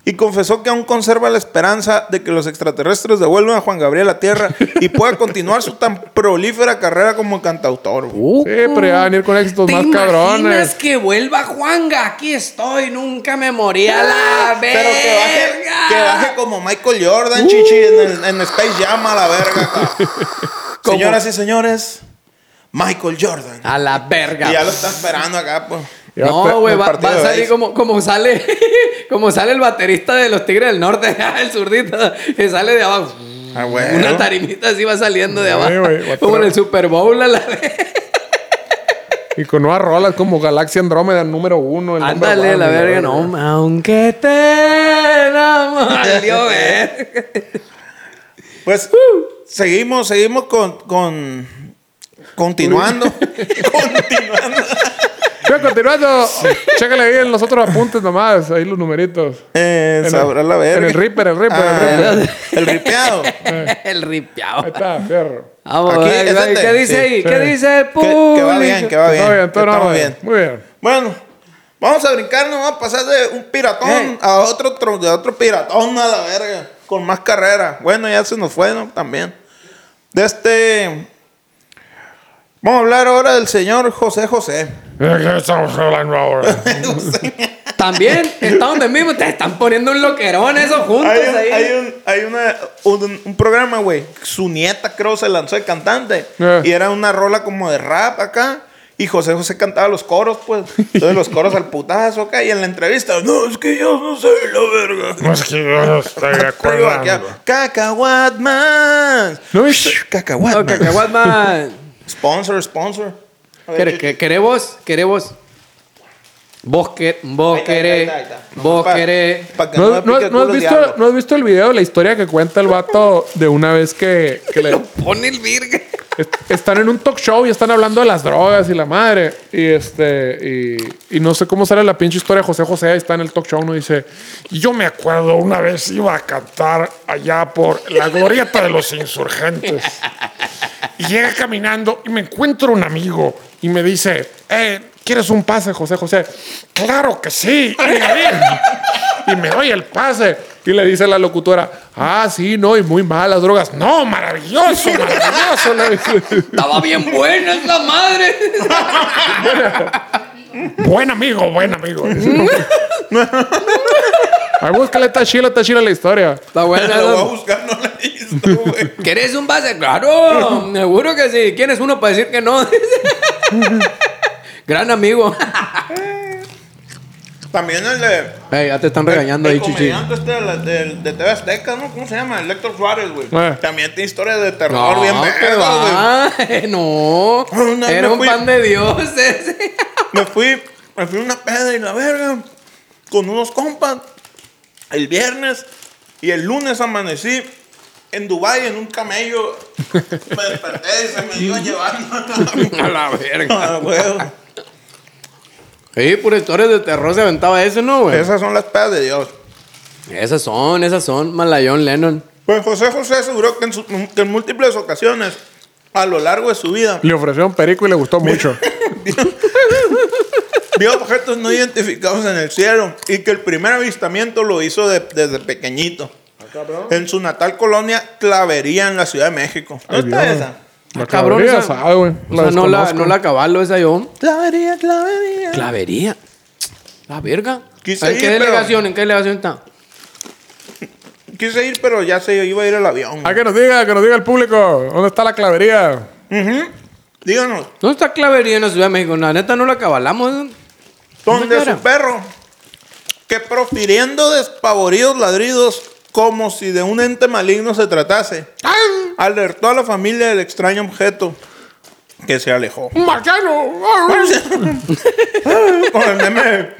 C: Y confesó que aún conserva la esperanza de que los extraterrestres devuelvan a Juan Gabriel a la Tierra y pueda continuar su tan prolífera carrera como cantautor. güey.
B: Sí, pero ya van a ir con éxitos
D: ¿Te
B: más
D: imaginas
B: cabrones.
D: que vuelva Juanga? Aquí estoy, nunca me morí a la verga.
C: Pero que baje, que baje como Michael Jordan, chichi, en, el- en Space Jam a la verga. ca.
D: Como-
C: Señoras y señores, Michael Jordan.
D: A la verga.
C: Y ya lo está esperando acá, pues.
B: Ya
D: No,
B: está-
D: güey,
C: el
D: va,
C: partido
D: va a
C: de
D: salir
C: béis.
D: como, como sale como sale el baterista de los Tigres del Norte, ah, el zurdito, que sale de abajo.
C: Ah, güey.
D: Una tarimita así va saliendo de abajo.
B: Sí, güey, va a
D: como en
B: tra-
D: el Super Bowl a la vez.
B: Y con nuevas rolas como Galaxia Andrómeda número uno. el número
D: Ándale,
B: one,
D: la verga, no. Aunque te enamoró,
C: Eh.
D: verga.
C: Pues seguimos, seguimos con. con continuando. continuando.
B: Pero continuando, chécale ahí en los otros apuntes nomás, ahí los numeritos.
C: Eh,
B: En el-
C: sabrá la verga. Ah,
B: en el Reaper, el Reaper, el Reaper.
C: el ripeado.
D: El ripiao.
B: Ahí está, fierro.
D: Vamos,
C: Aquí,
D: ahí
C: es
D: va,
C: donde-
D: ¿qué dice
C: sí,
D: ahí? ¿Qué
B: sí.
D: dice el
C: Que,
D: público?
C: que va bien, que va bien.
B: Todo bien,
C: que
B: todo en
C: estamos
B: orden.
C: bien.
B: Muy bien.
C: Bueno, vamos a brincarnos, vamos a pasar de un piratón
D: Ey.
C: a otro, tro- de otro piratón a la verga, con más carrera. Bueno, ya se nos fue, ¿no? También. De este... Vamos a hablar ahora del señor José José.
B: ¿De qué estamos hablando ahora?
D: También, está donde mismo, te están poniendo un loquerón esos juntos
C: Hay un,
D: ahí.
C: hay un, hay una, un, un programa, güey. Su nieta, creo, se lanzó de cantante.
B: Eh.
C: Y era una rola como de rap acá. Y José José cantaba los coros, pues. Entonces los coros al putazo acá. Y en la entrevista, no, es que yo no soy la verga.
B: No es que yo no estoy de acuerdo.
C: Cacahuat man.
B: ¿No viste?
C: Cacahuat
D: Oh,
C: man.
D: cacahuatman.
C: Sponsor, sponsor. A ver,
D: Quere-
C: yo-
D: que- Queremos, queremos. Vos, que, vos
C: Ahí está, ahí
D: querés,
C: está, ahí está, ahí está.
D: vos
C: Pa-
D: querés.
C: pa' que
B: ¿No,
C: me
B: no-
C: pique el
B: no has
C: culo el
B: visto,
C: diablo.
B: ¿No has visto el video de la historia que cuenta el vato de una vez que, que le-
D: Pone el virgen.
B: est- están en un talk show y están hablando de las drogas y la madre? Y este y, y no sé cómo sale la pinche historia de José José. ahí Está en el talk show, uno dice, y yo me acuerdo una vez iba a cantar allá por la glorieta de los insurgentes. Y llega caminando y me encuentro un amigo y me dice, eh, ¿quieres un pase, José José? Claro que sí. Y me, di- y me doy el pase. Y le dice la locutora, ah, sí, no, y muy malas drogas. No, maravilloso, maravilloso. le dice.
D: Estaba bien buena esa madre.
B: buen amigo, buen amigo. pues, Ay, búscale, está chila, está chila la historia.
D: Está buena.
C: Lo voy a
D: ¿no?
C: buscar, no la he visto, güey.
D: ¿Quieres un base? Claro, seguro que sí. ¿Quién es uno para decir que no? Gran amigo.
C: También el de.
D: Ey, ya te están regañando
C: el
D: ahí, chichi.
C: comediante este de, la- del- de TV Azteca, ¿no? ¿Cómo se llama? El Héctor Suárez, güey.
B: Eh.
C: También tiene historias de terror
D: No,
C: bien
D: te
C: vergas, güey.
D: va. No,
C: Una vez
D: era
C: me
D: un
C: Ah, fui-
D: pan de Dios ese.
C: me fui, me fui a una peda y la verga con unos compas el viernes y el lunes amanecí en Dubai en un camello. Me desperté y se me iba llevando
D: A la verga.
C: Ah, huevo.
D: Sí, por historias de terror se aventaba eso, ¿no, güey?
C: Esas son las pedas de Dios.
D: Esas son, esas son. Malayón Lennon.
C: Pues José José aseguró que en, su- que en múltiples ocasiones a lo largo de su vida
B: Le ofreció un perico y le gustó mucho.
C: vio objetos no identificados en el cielo y que el primer avistamiento lo hizo de- desde pequeñito. En su natal colonia Clavería, en la Ciudad de México. ¿No
B: Ay,
C: está
B: Dios.
C: esa?
B: La cabrería,
D: Ah, esa-
B: sabe, güey.
D: O sea, no la,
B: desconozco.
D: no la cabalo esa yo.
C: Clavería, clavería.
D: Clavería. La verga.
C: Quise
D: ¿En qué
C: ir, pero-
D: delegación? ¿En qué delegación está?
C: Quise ir, pero ya se iba a ir el avión.
B: Ah, que nos diga, que nos diga el público. ¿Dónde está la clavería?
C: Ujú. Díganos,
D: ¿Dónde está Clavería en la Ciudad de México? La neta no la cabalamos.
C: ¿dónde
D: Señora.
C: su perro? Que profiriendo despavoridos ladridos como si de un ente maligno se tratase, alertó a la familia del extraño objeto que se alejó.
B: ¡Marciano!
C: Con el meme,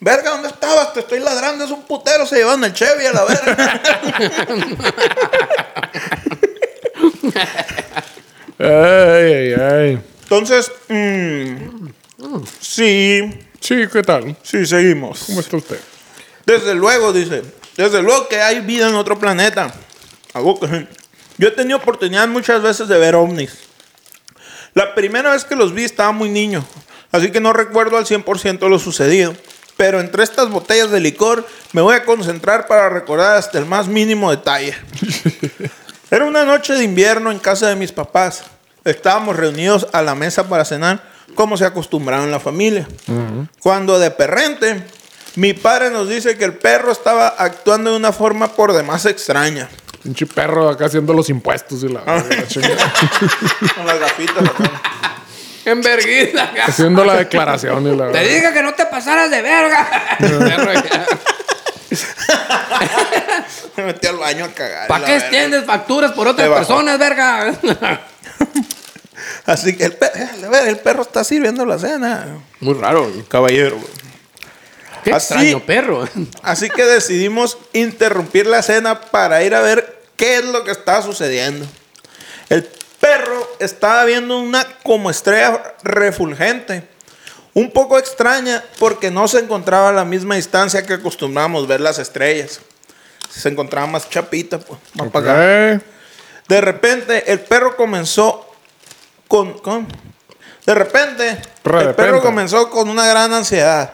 C: Verga, ¿dónde estabas? Te estoy ladrando, es un putero, se llevan el Chevy a la verga.
B: ay, ay, ay.
C: Entonces, mm, sí,
B: Sí, ¿qué tal?
C: sí, seguimos.
B: ¿Cómo está usted?
C: Desde luego, dice. Desde luego que hay vida en otro planeta. A vos que sí. Yo he tenido oportunidad muchas veces de ver ovnis. La primera vez que los vi estaba muy niño, así que no recuerdo al 100% lo sucedido. Pero entre estas botellas de licor me voy a concentrar para recordar hasta el más mínimo detalle. Era una noche de invierno en casa de mis papás. Estábamos reunidos a la mesa para cenar, como se acostumbraba en la familia. Cuando de perrente, mi padre nos dice que el perro estaba actuando de una forma por demás extraña.
B: Pinche perro acá haciendo los impuestos y la,
D: Ah.
B: la chingada.
C: Con las gafitas. acá.
D: En verguita.
B: haciendo la declaración y la
D: Te dije que no te pasaras de verga.
C: Me metí al baño a cagar.
D: ¿Para
C: la
D: qué
C: verga.
D: extiendes facturas por otras
C: Te bajó.
D: personas, verga?
C: Así que el, per- a ver, el perro está sirviendo la cena.
D: Muy raro.
C: Caballero.
D: Qué
C: Así-
D: extraño perro.
C: Así que decidimos interrumpir la cena para ir a ver qué es lo que estaba sucediendo. El perro estaba viendo una como estrella refulgente, un poco extraña porque no se encontraba a la misma distancia que acostumbrábamos ver las estrellas. Se encontraba más chapita, pues, más
B: Ok.
C: para acá. De repente, el perro comenzó con. con- de repente, el
B: repente.
C: perro comenzó con una gran ansiedad,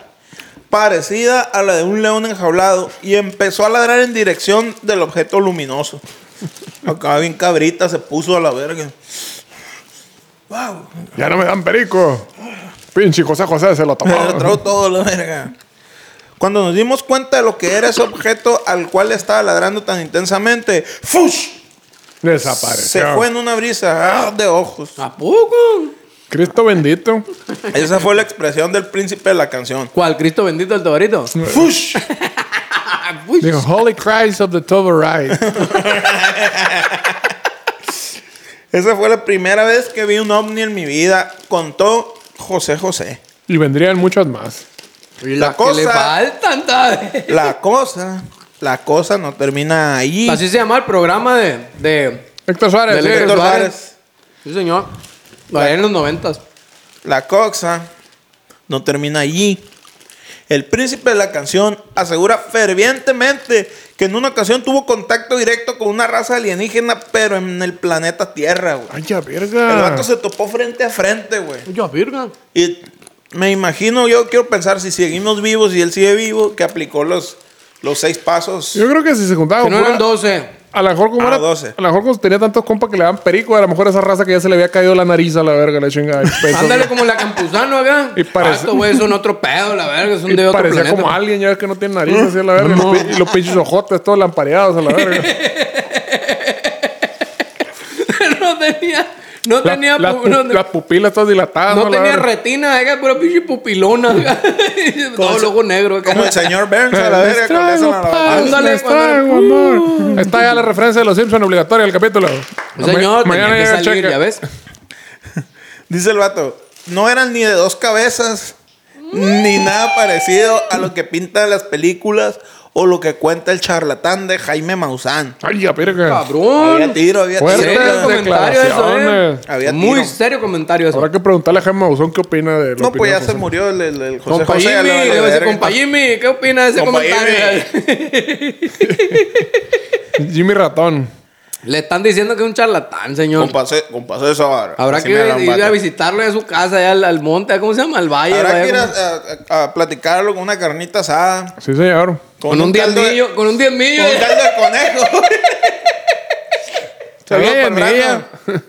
C: parecida a la de un león enjaulado, y empezó a ladrar en dirección del objeto luminoso. Acá, bien cabrita, se puso a la verga. ¡Wow!
B: Ya no me dan perico. Pinche José José se lo tomó.
C: Me lo trago todo, la verga. Cuando nos dimos cuenta de lo que era ese objeto al cual estaba ladrando tan intensamente, ¡fush!
B: Desapareció.
C: Se fue en una brisa ah, de ojos.
D: ¿A poco?
B: Cristo bendito.
C: Esa fue la expresión del príncipe de la canción.
D: ¿Cuál? Cristo bendito el Tobarito.
C: ¡Fush!
B: Digo, Holy Christ of the Tobarite.
C: Esa fue la primera vez que vi un ovni en mi vida, contó José José.
B: Y vendrían muchas más.
D: Y
C: La
D: las que le
C: cosa-
D: faltan, ¿sabes?
C: La cosa, la cosa no termina ahí.
D: Así se llama el programa de. de
B: Héctor
D: del
B: Suárez. sí.
D: Héctor
C: Héctor
D: Suárez.
C: Suárez.
D: Sí, señor. Lo haría en los noventas.
C: La cosa no termina allí. El príncipe de la canción asegura fervientemente que en una ocasión tuvo contacto directo con una raza alienígena, pero en el planeta Tierra, güey.
B: Ay, ya
C: El
B: verga.
C: vato se topó frente a frente, güey.
D: Yo, virga.
C: Y me imagino, yo quiero pensar, si seguimos vivos y él sigue vivo, que aplicó los, Los seis pasos.
B: Yo creo que si se juntaba
D: Que
B: con
D: no
B: pura-
D: eran 12.
B: A lo mejor como
C: Ah,
B: era-
C: 12.
B: A lo mejor como tenía tantos compas que le dan perico, a lo mejor esa raza que ya se le había caído la nariz a la verga, la chingada. y peso,
D: Ándale como la Campuzano acá.
B: Y parece-
D: Ah, estos güeyes son otro pedo, la verga. Son
B: y
D: de otro
B: parecía
D: planeta.
B: como alguien, ya ves que no tiene nariz, así a la verga. Y los pi- Y los pinches ojotes todos lampareados a la verga.
D: no tenía... No
B: La-
D: tenía...
B: las
D: pu-
B: pu-
D: no-
B: las pupilas todas dilatadas.
D: No
B: a la
D: tenía
B: verga.
D: retina, era pura pinche pupilona. acá. Todo
C: Como-
D: loco negro. acá.
C: Como el señor Burns a la
B: Les
C: verga. cuando le hacen
B: traigo
C: la
B: paz,
C: lavada.
D: Ándale,
B: les traigo
D: cuando-
B: amor. Ahí Está ya la referencia de los Simpsons obligatoria del capítulo.
D: Señor,
B: Ma-
D: tenía que
B: llega el
D: salir,
B: cheque.
D: ¿ya ves?
C: Dice el vato, no eran ni de dos cabezas, ni nada parecido a lo que pintan las películas o lo que cuenta el charlatán de Jaime Maussan.
B: Ay, ya, verga.
C: Había
D: Cabrón.
C: tiro, había
B: Fuerte.
D: Serio
C: tiro.
B: Fuertes
D: comentario eso, eh.
B: declaraciones.
C: Había
D: Muy
C: tiro.
D: serio comentario eso.
B: Habrá que preguntarle a Jaime Mausón qué opina de lo
C: No, pues ya se murió el, el- el José
D: Compa
C: José. le
D: Jimmy,
C: vale
D: le voy a decir,
C: verga.
D: compa Jimmy, ¿qué opina de ese
C: Compa
D: comentario?
B: Jimmy Ratón.
D: Le están diciendo que es un charlatán, señor.
C: Compa José- compa José Sabar.
D: Habrá
C: Así
D: que
C: me hablan,
D: ir a
C: vato.
D: visitarlo a su casa, allá al, al monte, ¿cómo se llama? Al valle.
C: Habrá
D: vaya,
C: que ir
D: como-
C: a, a- a platicarlo con una carnita asada.
B: Sí, señor.
D: con, un
C: caldo de-
D: diezmillo, con un diezmillo.
C: Con un caldo de conejo.
B: Está bien,
C: Saludos para el
B: mira.
C: rato.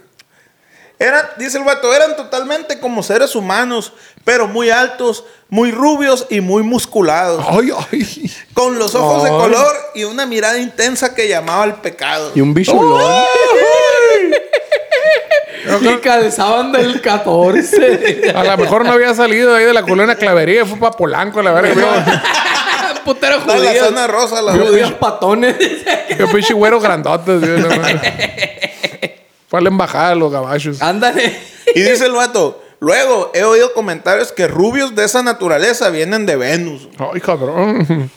C: Eran, dice el vato, eran totalmente como seres humanos, pero muy altos, muy rubios y muy musculados.
B: Ay, ay.
C: Con los ojos de
B: Ay.
C: color y una mirada intensa que llamaba al pecado.
D: un bicholón. y calzaban del 14.
B: A lo mejor no había salido ahí de la colonia Clavería y fue para Polanco, la verga. Vio-
D: Ah, Putero
C: Está en la
D: judío.
C: zona rosa, la
D: Judíos patones.
B: Vio pinche güero grandote. sí, la madre. Fue a la embajada de los gabachos.
D: Ah. Ándale.
C: Y dice el vato, luego he oído comentarios que rubios de esa naturaleza vienen de Venus.
B: Ay, cabrón.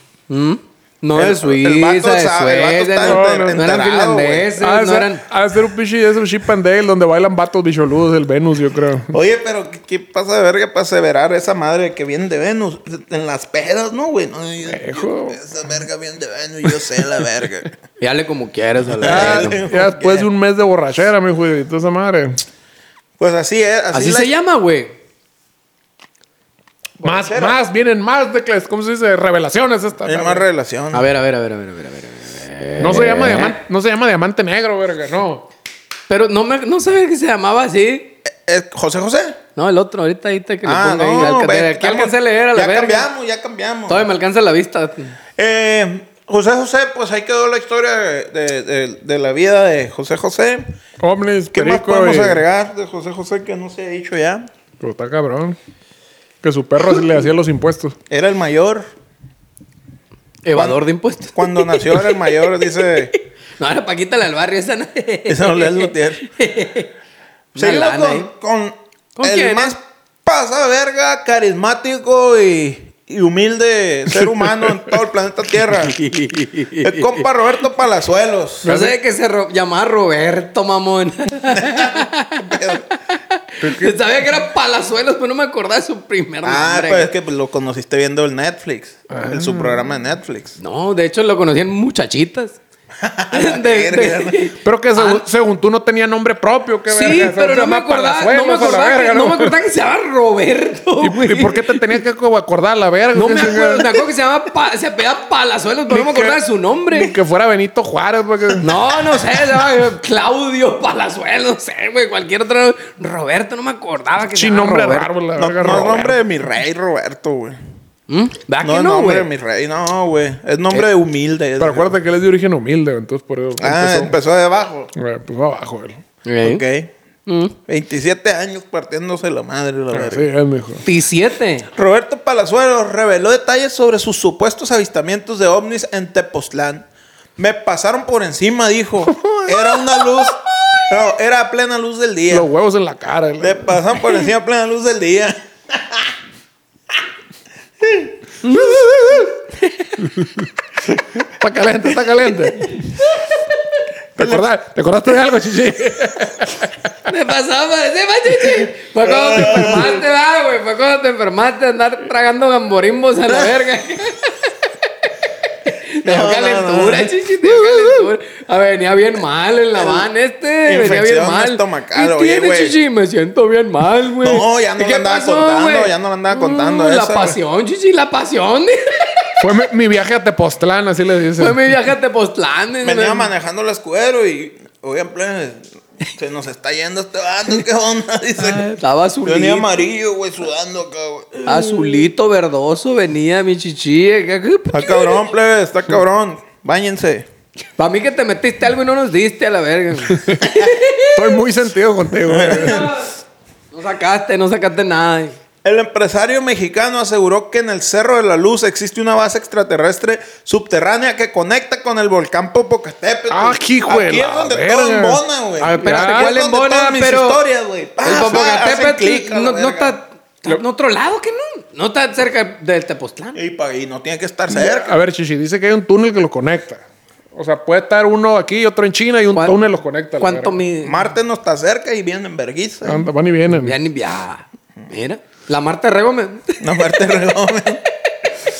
D: No
C: El-
D: de Suiza,
C: el vato
D: de
C: sabe, el vato
D: Suecia,
C: está
D: no,
C: enter-
D: no eran
C: enterado,
D: finlandeses,
B: Ha de
D: no
B: ser-
D: eran...
B: ha de ser un pinche de esos Chip and Dale donde bailan vatos bicholudos del Venus, yo creo.
C: Oye, pero ¿qué, qué pasa de verga para aseverar esa madre que viene de Venus? En las pedas, ¿no, güey? No, yo-
B: Hijo.
C: esa verga viene de Venus, yo sé la verga. Ah,
D: Y Dale como quieras a la
C: Dale.
B: Ya
D: verga. pues,
B: después de un mes de borrachera, mi hijo, y toda esa madre.
C: Pues así es. Así,
D: Así
C: la-
D: se llama, güey.
B: Más, más, vienen más de clas- ¿cómo se dice? Revelaciones esta.
C: Hay más
B: verga.
C: relación.
D: A ver, a ver, a ver, a ver, a ver, a ver.
B: No se
D: Eh.
B: llama diamante, no se llama diamante negro, verga, no.
D: Pero no me, no sabía que se llamaba así.
C: Eh, José José.
D: No, el otro, ahorita, ahorita que
C: Ah,
D: le ponga ahí.
C: ve,
D: Al, de aquí
C: estamos-
D: alcancé a leer a la
C: Ya
D: verga.
C: cambiamos, ya cambiamos.
D: Todavía me alcanza la vista.
C: Eh, José José, pues ahí quedó la historia de, de- de- de la vida de José José.
B: Omnis,
C: ¿Qué más
B: perico
C: podemos
B: y-
C: agregar de José José que no se ha dicho ya?
B: Pero está cabrón. Que su perro sí le hacía los impuestos.
C: Era el mayor.
D: Evador de impuestos.
C: Cuando nació era el mayor, dice.
D: No, ahora Paquita la del barrio, esa no.
C: Esa no le das Lutier.
D: Una
C: Seguimos
D: lana
C: con,
D: ahí.
C: con
D: ¿Con
C: el
D: quién, eh?
C: más pasa verga, carismático y, y humilde ser humano en todo el planeta Tierra. El compa Roberto Palazuelos.
D: No sé que se ro- llamaba Roberto, mamón. Sabía que era Palazuelos, pero no me acordaba de su primer
C: Ah,
D: nombre.
C: pues es que lo conociste viendo el Netflix, el, su programa de Netflix.
D: No, de hecho lo conocí en Muchachitas. De-
C: verga.
D: de-
B: Pero que según, según tú no tenía nombre propio, qué
D: Ah. Sí,
B: verga,
D: pero
B: se
D: no
B: llama
D: me acordaba, no me
B: Palazuelos a la
D: acordaba,
B: verga,
D: que, no me acordaba que se llamaba Roberto,
B: ¿Y, y
D: güey.
B: por qué te tenías que como acordar la verga?
D: No
B: ¿Qué
D: me
B: chingada?
D: acuerdo, me acuerdo que se llamaba, Pa- se apellidaba Palazuelos, pero no me
B: Ni que-
D: acordaba de su
B: Ni
D: nombre.
B: que fuera Benito Juárez, porque...
D: No, no sé, se llamaba eh, Claudio Palazuelos, no sé, güey, cualquier otro. Roberto, no me acordaba que se
B: Sin
D: llamaba
B: nombre
D: Roberto.
B: raro, la
C: No,
B: verga,
C: no es
B: Roberto.
C: nombre de mi rey, Roberto, güey.
D: ¿Mm? ¿Verdad
C: No
D: que
C: es
D: no,
C: nombre de
D: güey?
C: mi rey, no, güey. Es nombre de humilde. es-
B: Pero acuérdate que él es de origen humilde, entonces por eso
C: Ah, empezó, de abajo.
B: Eh, pues abajo él.
C: Ok.
D: Ok. Mm.
C: 27 años partiéndose la madre, la verga.
B: Así es, mijo.
D: 17.
C: Roberto Palazuelos reveló detalles sobre sus supuestos avistamientos de ovnis en Tepoztlán. Me pasaron por encima, dijo. Era una luz. no, era a plena luz del día.
B: Los huevos en la cara. él.
C: Me pasaron por encima a plena luz del día.
B: Está caliente, está caliente. ¿Te, acordás- ¿Te acordaste de algo, chichi?
D: Me pasaba por encima, chichi. Fue cuando te
C: Ah.
D: enfermaste, ¿verdad, güey. Fue cuando te enfermaste de andar tragando gamborimbos a la verga. Te dio
C: No, no,
D: calentura,
C: no.
D: chichi, te dio calentura. Ah, venía bien mal el Laván este. venía bien
C: Infección
D: mal.
C: estomacal,
D: ¿Qué
C: oye,
D: tiene,
C: güey?
D: chichi? Me siento bien mal, güey.
C: No, ya no
D: ¿Y
C: lo
D: qué
C: andaba
D: pasó,
C: contando,
D: güey? Uh,
C: ya no lo andaba contando
D: la
C: esa,
D: pasión, chichi, la pasión.
B: Fue mi, mi viaje a Tepoztlán, así le dicen.
D: Fue mi viaje a Tepoztlán. y-
C: Venía manejando el escuero y, oigan, plebe, se nos está yendo este bando, ¿qué onda?
D: Ay,
C: Dice.
D: Estaba
C: Yo venía
D: azulito.
C: amarillo, güey, sudando acá, güey.
D: Azulito, verdoso, venía mi chichi. eh,
C: Está cabrón, plebe, está cabrón. Báñense.
D: Para mí que te metiste algo y no nos diste a la verga.
B: Estoy muy sentido contigo. güey.
D: No sacaste, no sacaste nada. eh.
C: El empresario mexicano aseguró que en el Cerro de la Luz existe una base extraterrestre subterránea que conecta con el volcán Popocatépetl.
B: Ah, hijo de
C: Aquí
B: la
C: es donde todo
B: verga.
C: embona, güey.
B: A ver, espérate,
C: Aquí es
D: ¿cuál
C: donde
D: embona?
C: todas mis
D: Pero
C: historias, güey. Pa,
D: el
C: pa, Ah, hacen clic
D: Popocatépetl
C: a la
D: no, no
C: verga.
D: está... está en otro lado que no. No está cerca del Tepoztlán.
C: Y, pa- y no tiene que estar cerca.
B: A ver, Chichi, dice que hay un túnel que los conecta. O sea, puede estar uno aquí y otro en China y un
D: ¿Cuán-
B: túnel los conecta. a la
D: ¿Cuánto
B: verga.
D: mide?
C: Marte no está cerca y vienen verguiza.
B: Anda, Van y vienen.
D: Ya ni... Ya. Mira. La Marta Rego me...
C: No, Marte Redón.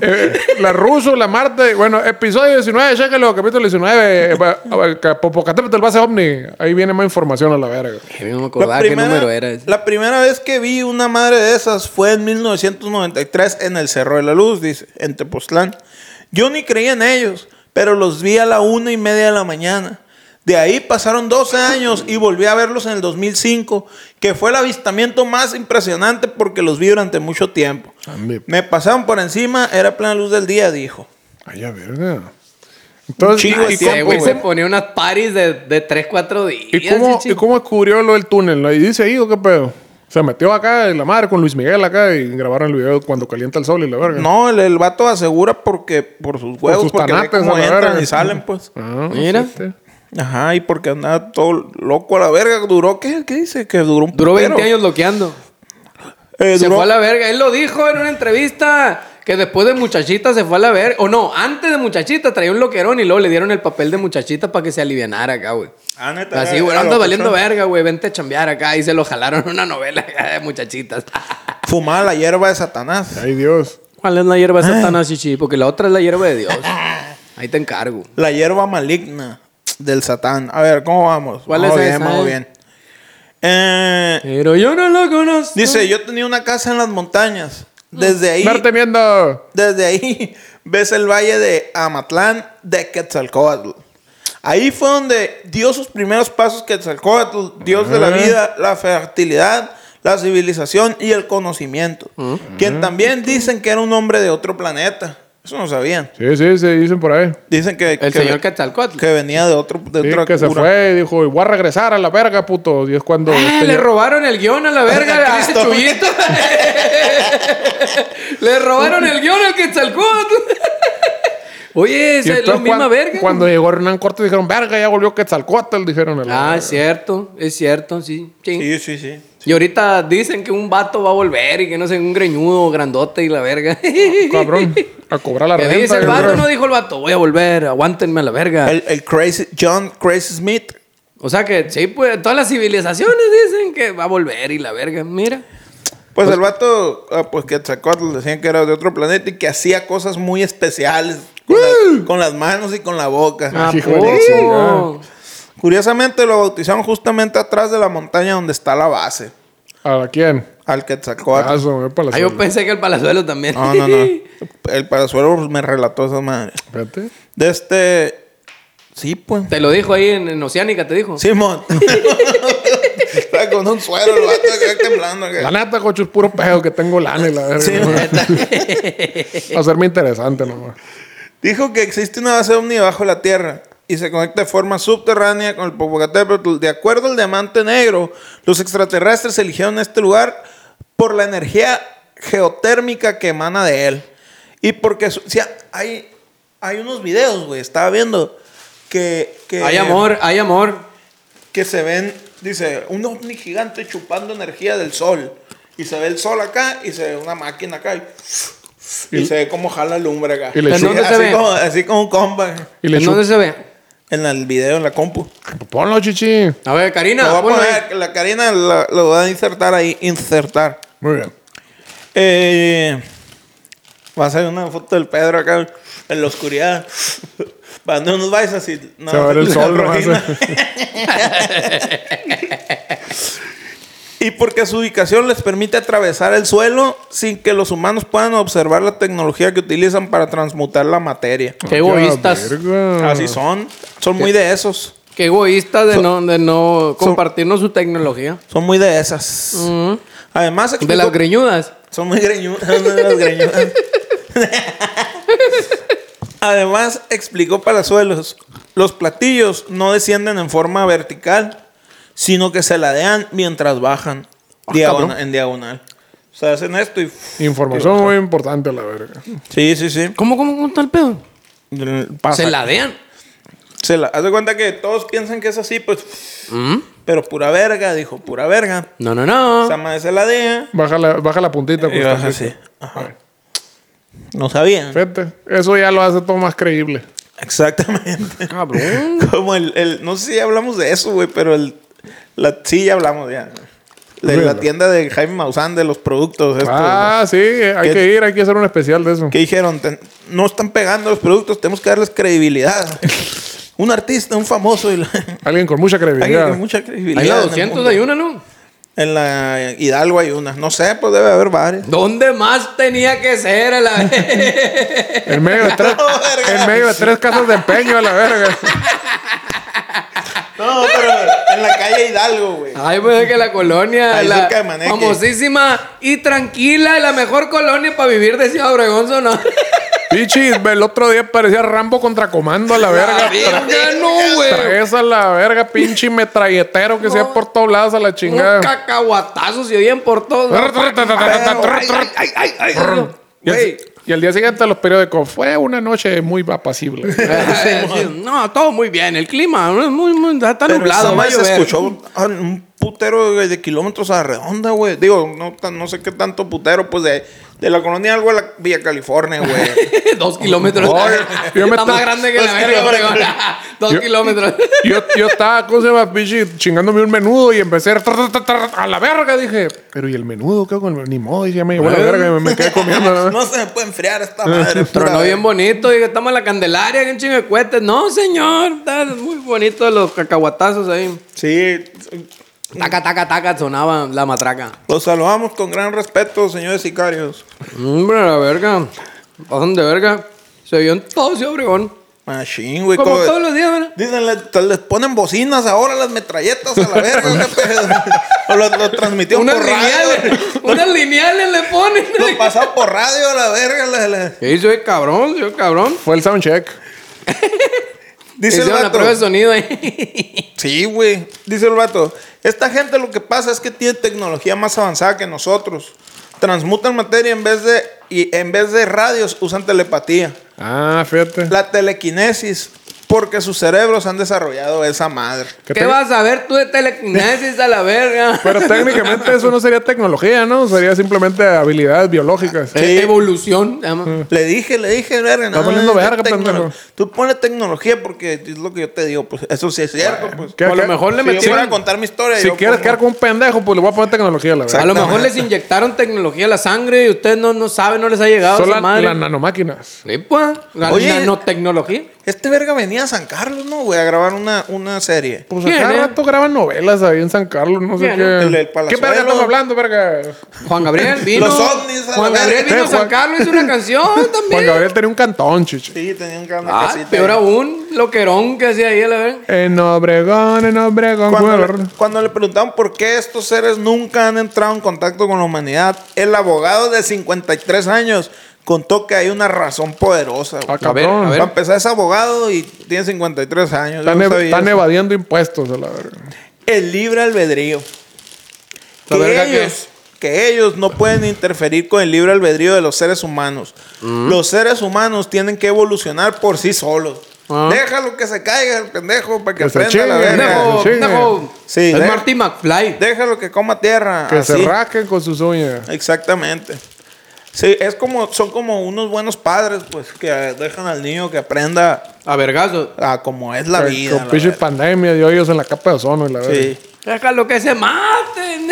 B: Eh, la ruso, la Marte. Bueno, episodio 19, chéquelo, capítulo 19. eh, va- va- ca- Popocatépetl base ovni. Ahí viene más información a la verga.
D: Yo no me acordaba qué número era ese.
C: la primera vez que vi una madre de esas fue en 1993 en el Cerro de la Luz, dice, en Tepoztlán. Yo ni creía en ellos, pero los vi a la una y media de la mañana. De ahí pasaron 12 años y volví a verlos en el 2005, que fue el avistamiento más impresionante porque los vi durante mucho tiempo.
B: Ande.
C: Me pasaron por encima, era plena luz del día, dijo.
B: Ay, a verga. Entonces,
C: Un chingo de
B: Ah, ¿y,
C: tiempo,
D: Ese güey
B: cómo,
D: se ponía unas paris de, de 3, 4 días.
B: y cómo-
D: chichi.
B: y cómo descubrió lo del túnel? ¿Ahí dice ahí o qué pedo? Se metió acá en la madre con Luis Miguel acá y grabaron el video cuando calienta el sol y la verga.
C: No, el, el vato asegura porque por sus huevos,
B: sus
C: porque ve
B: tanates,
C: cómo
B: a la
C: entran
B: verga.
C: y salen, pues.
B: Ah,
D: Mira.
B: sí, sí.
C: Ajá, y porque andaba todo loco a la verga. ¿Duró qué? ¿Qué dice? Que duró un
D: Duró 20
C: putero.
D: años bloqueando.
C: Eh,
D: Se
C: duró-
D: fue a la verga. Él lo dijo en una entrevista que después de muchachita se fue a la verga. O no, antes de muchachita traía un loquerón y luego le dieron el papel de muchachita para que se alivianara acá, güey.
C: Ah, neta,
D: Así,
C: era-
D: güey,
C: era
D: anda
C: loco,
D: valiendo
C: chon.
D: verga, güey. Vente a chambear acá. Y se lo jalaron en una novela acá de muchachitas.
C: Fumaba la hierba de Satanás.
B: Ay, Dios.
D: ¿Cuál es la hierba satana, chichi? Porque la otra es la hierba de Dios. Ahí te encargo.
C: La hierba maligna del Satán. A ver, ¿cómo vamos?
D: ¿Cuál
C: Vamos
D: es
C: bien,
D: esa,
C: vamos
D: eh?
C: bien. Eh,
D: Pero yo no lo conozco.
C: dice, yo tenía una casa en las montañas.
D: Mm.
C: Desde ahí,
B: Marte viendo.
C: desde ahí ves el valle de Amatlán de Quetzalcóatl. Ahí fue donde dio sus primeros pasos Quetzalcóatl, dios de la vida, la fertilidad, la civilización y el conocimiento. Quien también dicen que era un hombre de otro planeta. Eso no sabían.
B: Sí, sí, se dicen por ahí.
C: Dicen que,
D: El
C: que-
D: señor Quetzalcóatl.
C: que venía de otro de
B: Sí,
C: otra
B: que se
C: cura.
B: fue y dijo, y voy a regresar a la verga, puto. Y es cuando.
D: Ah,
B: este
D: le
B: yo-
D: robaron el guión a la verga a ese
C: Cristo.
D: chullito. le robaron el guión al Quetzalcóatl. Oye,
B: y
D: esa es la
B: entonces
D: misma
B: cuan-
D: verga.
B: Cuando llegó Hernán Cortés dijeron, verga, ya volvió Quetzalcóatl, dijeron. a la
D: Ah,
B: verga.
D: es cierto, es cierto, sí.
C: Sí,
D: sí.
C: sí, sí.
D: Y ahorita dicen que un vato va a volver y que no sé, un greñudo grandote y la verga.
B: Ah, Cabrón, a cobrar la
D: Que
B: renta.
D: dice el
B: yo
D: vato,
B: creo.
D: no dijo el vato, voy a volver, aguántenme a la verga.
C: El, el Crazy John Crazy Smith.
D: O sea que sí, pues todas las civilizaciones dicen que va a volver y la verga, mira.
C: Pues, el vato, ah, pues Quetzalcóatl decían que era de otro planeta y que hacía cosas muy especiales con, las, con las manos y con la boca.
B: Ah,
D: ¿A
B: hijo de la
D: poco?
B: chingada.
C: Curiosamente lo bautizaron justamente atrás de la montaña donde está la base.
B: ¿A quién?
C: Al
B: Ah,
C: Quetzalcóatl.
B: eso, es para la
D: Ah, yo
B: suerte.
D: pensé que el palazuelo también.
C: No, no, no. El parazuelo me relató esa madre.
B: Espérate.
C: De este... Sí, pues.
D: Te lo dijo ahí en, en Oceánica, te dijo.
C: Simón. Está con un suero el vato acá temblando. acá.
B: La neta, cocho, es puro pedo que tengo lana y la verga.
C: Sí, neta.
B: Hacerme interesante nomás.
C: Dijo que existe una base ovni bajo la tierra y se conecta de forma subterránea con el Popocatépetl. De acuerdo al diamante negro, los extraterrestres eligieron este lugar por la energía geotérmica que emana de él. Y porque su- o sea, hay, hay unos videos, güey, estaba viendo que, que,
D: Hay amor, hay amor.
C: que se ven, dice, un ovni gigante chupando energía del sol. Y se ve el sol acá y se ve una máquina acá. Y, y se ve cómo jala lumbre acá.
B: y le
C: así,
D: ¿En dónde se
C: así
D: ve?
C: como, así como un compa.
B: Y le
D: ¿En dónde se ve?
C: En el video, en la compu.
B: chup- pues Ponlo, chichi.
D: A ver, Karina,
C: lo voy a
D: ponlo ahí.
C: poner, la Karina la- lo, va a insertar ahí, insertar.
B: Muy bien.
C: Eh, va a ser una foto del Pedro acá en la oscuridad. Cuando unos vais así.
B: Se va a ver el sol nomás.
C: Y porque su ubicación les permite atravesar el suelo sin que los humanos puedan observar la tecnología que utilizan para transmutar la materia.
D: Qué egoístas.
B: verga.
C: Así son. Son muy de esos.
D: Qué egoístas de no, de no compartirnos su tecnología.
C: Son muy de esas. Además,
D: De las
C: explicó-
D: greñudas.
C: Son muy greñudas. de las greñudas. Además, explicó Palazuelos, los platillos no descienden en forma vertical, sino que se ladean mientras bajan diagonal- en diagonal. O sea, hacen esto y...
B: Información muy importante, la verga.
C: Sí, sí, sí.
D: ¿Cómo, cómo, cómo está el pedo?
C: Pasa.
D: Se ladean.
C: Se la... Haz de cuenta que todos piensan que es así, pues... Pero pura verga, dijo, pura verga.
D: ¿Mm? No, no, no.
C: Esa madre se ladea.
B: Baja la, baja la puntita.
C: Y
B: pues,
C: baja
B: tantito.
C: así. Ajá. No sabían.
B: Fíjate, eso ya lo hace todo más creíble.
C: Exactamente.
D: Cabrón.
C: Como el, el- no sé si hablamos de eso, güey, pero el, la, sí ya hablamos ya. De la
B: Bueno.
C: tienda de Jaime Maussan de los productos. estos,
B: Ah, sí, hay
C: ¿Qué-
B: que ir, hay que hacer un especial de eso.
C: ¿no? Que dijeron, "Ten- no están pegando los productos, tenemos que darles credibilidad. un artista, un famoso. Y la-
B: Alguien con mucha
C: alguien
B: credibilidad.
C: con mucha credibilidad.
D: Hay
C: en
D: la
C: el
D: 200,
C: mundo.
D: hay una, ¿no?
C: En la Hidalgo hay una. No sé, pues debe haber varias.
D: ¿Dónde más tenía que ser a la vez?
B: En medio de tres, en medio de tres casas de empeño, a la verga.
C: No, pero en la calle Hidalgo, güey.
B: Ah,
D: Ay, pues es que la colonia,
C: Ahí
D: la
C: cerca de Maneque.
D: famosísima y tranquila, la mejor colonia para vivir, decía Obregón Sonora.
B: Pichi, el otro día parecía Rambo contra comando
C: Ah,
B: a la verga.
D: verga,
B: Tra-
D: no, güey.
B: Traes a la verga, pinche metralletero que se sea por todos lados a la
D: Un
B: chingada.
D: cacahuatazo se oían por todos. lados.
E: ay, ay, ay.
B: Y
D: Güey.
B: al- Y al día siguiente los periódicos, fue una noche muy apacible.
D: Eh, Sí, No, todo muy bien. El clima ¿no? muy, muy, está está
C: Pero esa
D: nublado. va a
C: madre se
D: llover.
C: escuchó a un putero güey, de, kilómetros a la redonda, güey. Digo, no, tan- no sé qué tanto putero, pues de, de la colonia algo a la Villa California, güey.
D: Dos kilómetros.
B: No, yo me
D: está más
B: to-
D: grande que
C: Dos
D: la verga,
C: kilómetros.
D: Obregón. Dos
B: Yo-
D: kilómetros.
B: Yo, yo estaba, ¿cómo se llama, pinche? Chingándome un menudo y empecé a, tra- tra- tra- a la verga. Dije, pero ¿y el menudo? ¿Qué hago con el menudo? Ni modo, dije, ya me llevó la verga y me, me quedé comiendo. la verga.
C: no se me puede enfriar esta madre. pura
D: Tronó
C: verga.
D: bien bonito. Dije, estamos en la Candelaria, que un chingo de cohetes. No, señor. Están muy bonitos los cacahuatazos ahí.
C: Sí,
D: Taca, taca, taca, sonaba la matraca.
C: los saludamos con gran respeto, señores sicarios.
D: Hombre, la verga. Pasan de verga. Se vio en todo ese Obregón.
C: Machín, güey.
D: Como
C: co-
D: todos los días, ¿verdad?
C: Dicen, le- te- les ponen bocinas ahora las metralletas a la verga. ¿qué pedo? o lo, lo transmitió
D: Unas
C: por radio.
D: lineales. Unas lineales le ponen. ¿eh?
C: Lo pasaba por radio a la verga. la- la-
D: ¿Qué hizo el cabrón? Soy cabrón.
B: Fue el soundcheck.
C: Dice el
D: Hicieron la
C: vato,
D: prueba de sonido ahí.
C: Sí, güey. Dice el vato. Esta gente lo que pasa es que tiene tecnología más avanzada que nosotros. Transmutan materia en vez de, y en vez de radios usan telepatía.
B: Ah, fíjate.
C: La telequinesis. Porque sus cerebros han desarrollado esa madre.
D: ¿Qué,
B: Que te-
D: vas a ver tú de telequinesis a la verga?
B: Pero técnicamente eso no sería tecnología, ¿no? Sería simplemente habilidades biológicas.
D: Eh, Evolución. se llama.
C: Le dije, le dije, verga.
B: Está
C: no,
B: poniendo
C: es
B: verga,
C: tecno-
B: pendejo.
C: Tú ponle tecnología porque es lo que yo te digo. Pues eso sí es cierto. pues.
B: ¿Qué-
D: a lo
B: qué-
D: mejor le
C: Si yo
D: metieron-
C: fuera a contar mi historia.
B: Si
C: eh, yo
B: quieres
C: pongo-
B: quedar con un pendejo, pues le voy a poner tecnología a la
D: A
B: verga.
D: lo mejor les inyectaron tecnología a la sangre y ustedes no, no saben, no les ha llegado
B: Son
D: esa
B: la-
D: Ah, madre.
B: las nanomáquinas.
D: Sí, pues. La
C: Oye.
D: nanotecnología.
C: Este verga venía a San Carlos, ¿no? Voy a grabar una, una serie.
B: Pues
D: ¿Quién,
B: a
D: eh?
B: cada rato graban novelas ahí en San Carlos, no sé
D: ¿Quién,
B: qué.
C: eh? El del
B: ¿Qué
C: Palazuelo.
B: verga estamos hablando, verga?
D: Juan Gabriel vino.
C: Los ovnis a la
D: Juan Gabriel
C: verga.
D: vino a
B: Eh,
D: San
B: Juan-
D: Carlos hizo una canción
B: Juan
D: también.
B: Gabriel tenía un cantón, chichi.
C: Sí, tenía un gran
D: Ah, peor aún, loquerón que hacía ahí, a la verga.
B: En Obregón, en Obregón,
C: Cuando
B: güey.
C: le, cuando le preguntaron por qué estos seres nunca han entrado en contacto con la humanidad, el abogado de 53 años contó que hay una razón poderosa. güey.
B: Ah, cabrón.
D: a ver.
C: Para empezar, es abogado y tiene 53 años. yo
B: Están,
C: no
B: ev-
C: sabía
B: están
C: eso.
B: evadiendo impuestos, a la verga.
C: el libre albedrío.
D: La verga
C: Que ellos, que ellos no pueden interferir con el libre albedrío de los seres humanos.
D: Mm.
C: Los seres humanos tienen que evolucionar por sí solos.
D: Ah.
C: Déjalo que se caiga el pendejo para que,
B: Que se
C: aprenda la
B: chingue,
C: verga.
D: Pendejo,
B: chingue.
D: pendejo.
C: Sí,
D: es
C: de-
D: Marty McFly.
C: Déjalo que coma tierra.
B: Que
C: así.
B: se rasquen con sus uñas.
C: Exactamente. Sí, es como, son como unos buenos padres, pues, que dejan al niño que aprenda
D: A vergazo.
C: a como es la
B: Con-
C: vida.
B: con
C: la
B: pinche
C: verga.
B: pandemia y hoyos en la capa de ozono, y la verga.
C: Sí.
D: Déjalo que se maten.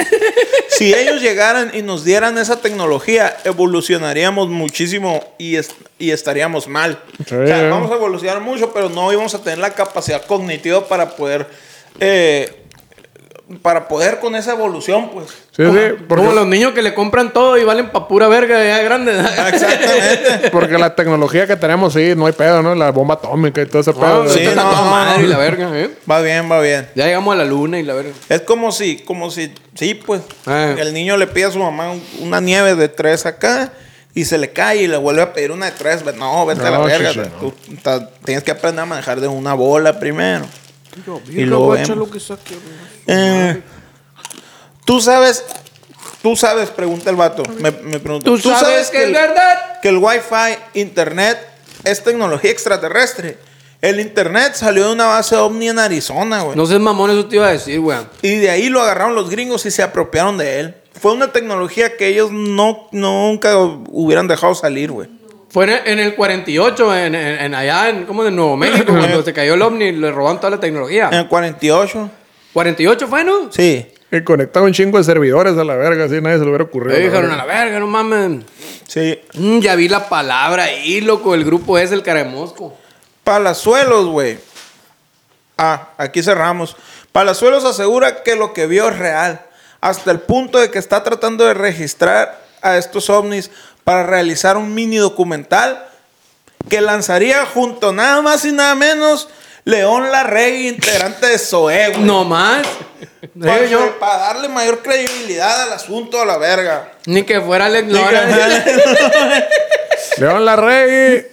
C: si ellos llegaran y nos dieran esa tecnología, evolucionaríamos muchísimo y, es- y estaríamos mal.
B: Sí.
C: O sea, vamos a evolucionar mucho, pero no íbamos a tener la capacidad cognitiva para poder eh, para poder con esa evolución, pues.
B: Sí, sí,
D: Como
B: porque,
D: los niños que le compran todo y valen pa' pura verga ya grandes.
C: Ah, Exactamente.
B: porque la tecnología que tenemos, sí, no hay pedo, ¿no? La bomba atómica y todo ese
D: Ah,
B: pedo.
C: sí.
D: está
C: no,
D: toda
C: no,
D: madre
C: no.
D: y la verga, ¿eh?
C: va bien, va bien.
D: Ya llegamos a la luna y la verga.
C: Es como si, como si, sí, pues,
D: Ah.
C: el niño le pide a su mamá un- una nieve de tres acá y se le cae y le vuelve a pedir una de tres. Ve- No, vete a la
B: No,
C: verga.
B: chichi,
C: o sea,
B: no.
C: Tú ta- tienes que aprender a manejar de una bola primero. Y luego vemos. Eh, tú sabes, tú sabes, pregunta el vato. Me, me preguntó.
D: Tú sabes que es verdad.
C: Que el Wi-Fi, internet, es tecnología extraterrestre. El internet salió de una base ovni en Arizona, güey.
D: No seas mamón, eso te iba a decir, weón.
C: Y de ahí lo agarraron los gringos y se apropiaron de él. Fue una tecnología que ellos no, nunca hubieran dejado salir, güey.
D: Fue en el- en el 48, en, en- en allá, en, como de Nuevo México, cuando se cayó el ovni, le robaron toda la tecnología.
C: En el 48.
D: 48 fue, ¿no?
C: Sí,
B: Y conectaba un chingo de servidores a la verga, así nadie se le hubiera ocurrido.
D: Le
B: la
D: dijeron a
B: verga.
D: la verga, no mames.
C: sí.
D: Mm, ya vi la palabra ahí, loco. El grupo es el cara de mosco.
C: Palazuelos, güey. Ah, aquí cerramos. Palazuelos asegura que lo que vio es real, hasta el punto de que está tratando de registrar a estos ovnis para realizar un mini documental que lanzaría junto nada más y nada menos León Larregui, integrante de SOE, güey.
D: No más.
C: Para,
D: Eh, yo-
C: para darle mayor credibilidad al asunto a la verga.
D: ni que fuera Alex Lora.
C: Diga,
B: León Larregui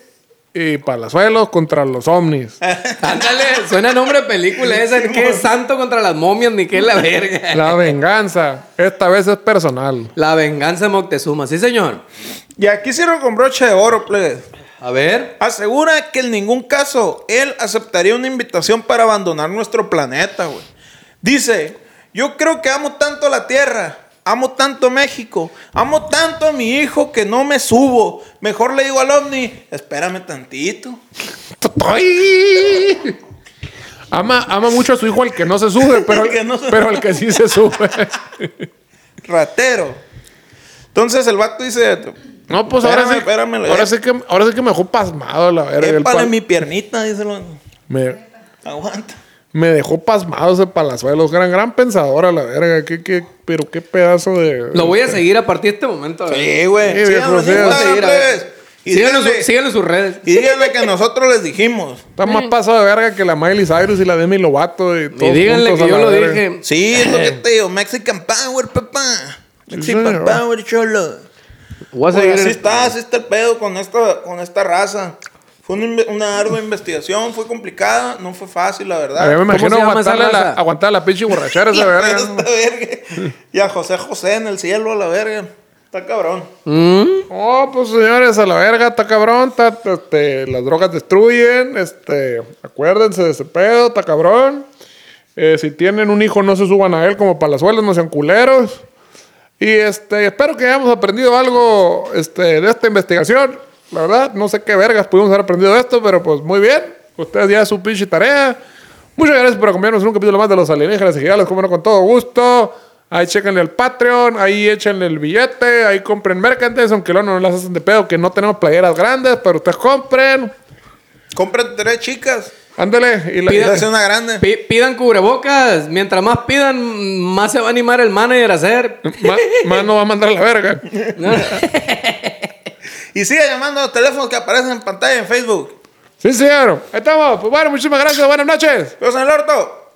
B: y Palazuelos contra los ovnis.
D: Ándale, suena nombre de película esa. ¿Qué es santo contra las momias? Ni que es la verga.
B: La venganza. Esta vez es personal.
D: La venganza de Moctezuma, sí, señor.
C: y aquí cierro con broche de oro, plebes.
D: A ver.
C: Asegura que en ningún caso él aceptaría una invitación para abandonar nuestro planeta, güey. Dice, yo creo que amo tanto la Tierra, amo tanto México, amo tanto a mi hijo que no me subo. Mejor le digo al ovni, espérame tantito.
B: ¡Ay! Ama, ama mucho a su hijo al que no se sube, pero,
C: El que no se-
B: pero el que sí se sube.
C: Ratero. Entonces el vato dice,
B: No, pues ahora sí.
C: Espérame, espérame,
B: ahora sí que ahora sí que me dejó pasmado la verga. el
C: épale
B: pal-
C: mi piernita, dice el vato.
B: me,
C: Aguanta.
B: me dejó pasmado ese palazuelos. Gran, gran pensadora la verga. ¿Qué, qué, pero qué pedazo de.
D: Lo voy a seguir a partir de este momento. a ver.
C: Sí, güey.
B: Sí, viejo,
C: Síganos en
B: sí.
C: Instagram,
D: Seguir, a ver.
C: plebes. Y
D: Síganlo en su-
C: díganle-
D: síganlo en sus redes.
C: y díganle que nosotros les dijimos.
B: Está más pasado de verga que la Miley Cyrus y la Demi Lovato. Y,
D: Y
B: todos
D: díganle
B: juntos
D: que
B: a
D: yo
B: la
D: lo
B: verga.
D: dije.
C: Sí, es lo que te digo. Mexican Power, papá. Mexican
B: señor.
C: Power, cholo.
D: Voy a
C: Pues
D: seguir.
C: así
D: en-
C: está, así está el pedo con esta, con esta raza. Fue una, inve- una ardua investigación, fue complicada, no fue fácil, la
B: A mí me
C: verdad.
B: imagino
D: se llama esa
B: aguantarle la,
D: raza?
B: aguantar la pinche borrachera esa
C: La
B: verga.
C: esta verga. Y a José José en el cielo, a la verga. Está cabrón.
B: Oh, pues señores, a la verga, está cabrón, está, este, las drogas destruyen, este, acuérdense de ese pedo, está cabrón. Eh, si tienen un hijo, no se suban a él como palazuelos, no sean culeros. Y este, espero que hayamos aprendido algo este, de esta investigación. La verdad, no sé qué vergas pudimos haber aprendido de esto, pero pues muy bien. Ustedes ya es su pinche tarea. Muchas gracias por acompañarnos en un capítulo más de los alienígenas ejidales, como no, con todo gusto. Ahí chequenle al Patreon, ahí échenle el billete, ahí compren mercantes, aunque luego no las hacen de pedo, que no tenemos playeras grandes, pero ustedes compren.
C: Compren tres chicas.
B: Ándele. Y la,
D: Pida-
C: Hace una grande.
D: Pi- pidan cubrebocas. Mientras más pidan, más se va a animar el manager a hacer.
B: Ma- más no va a mandar a la verga.
C: Y sigue llamando a los teléfonos que aparecen en pantalla en Facebook.
B: Sí, señor. Ahí estamos. Pues bueno, muchísimas gracias. Buenas noches.
C: Los en el orto.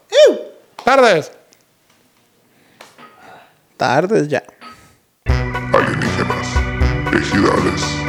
B: Tardes.
C: Tardes ya.
A: alienígenas, ejidales.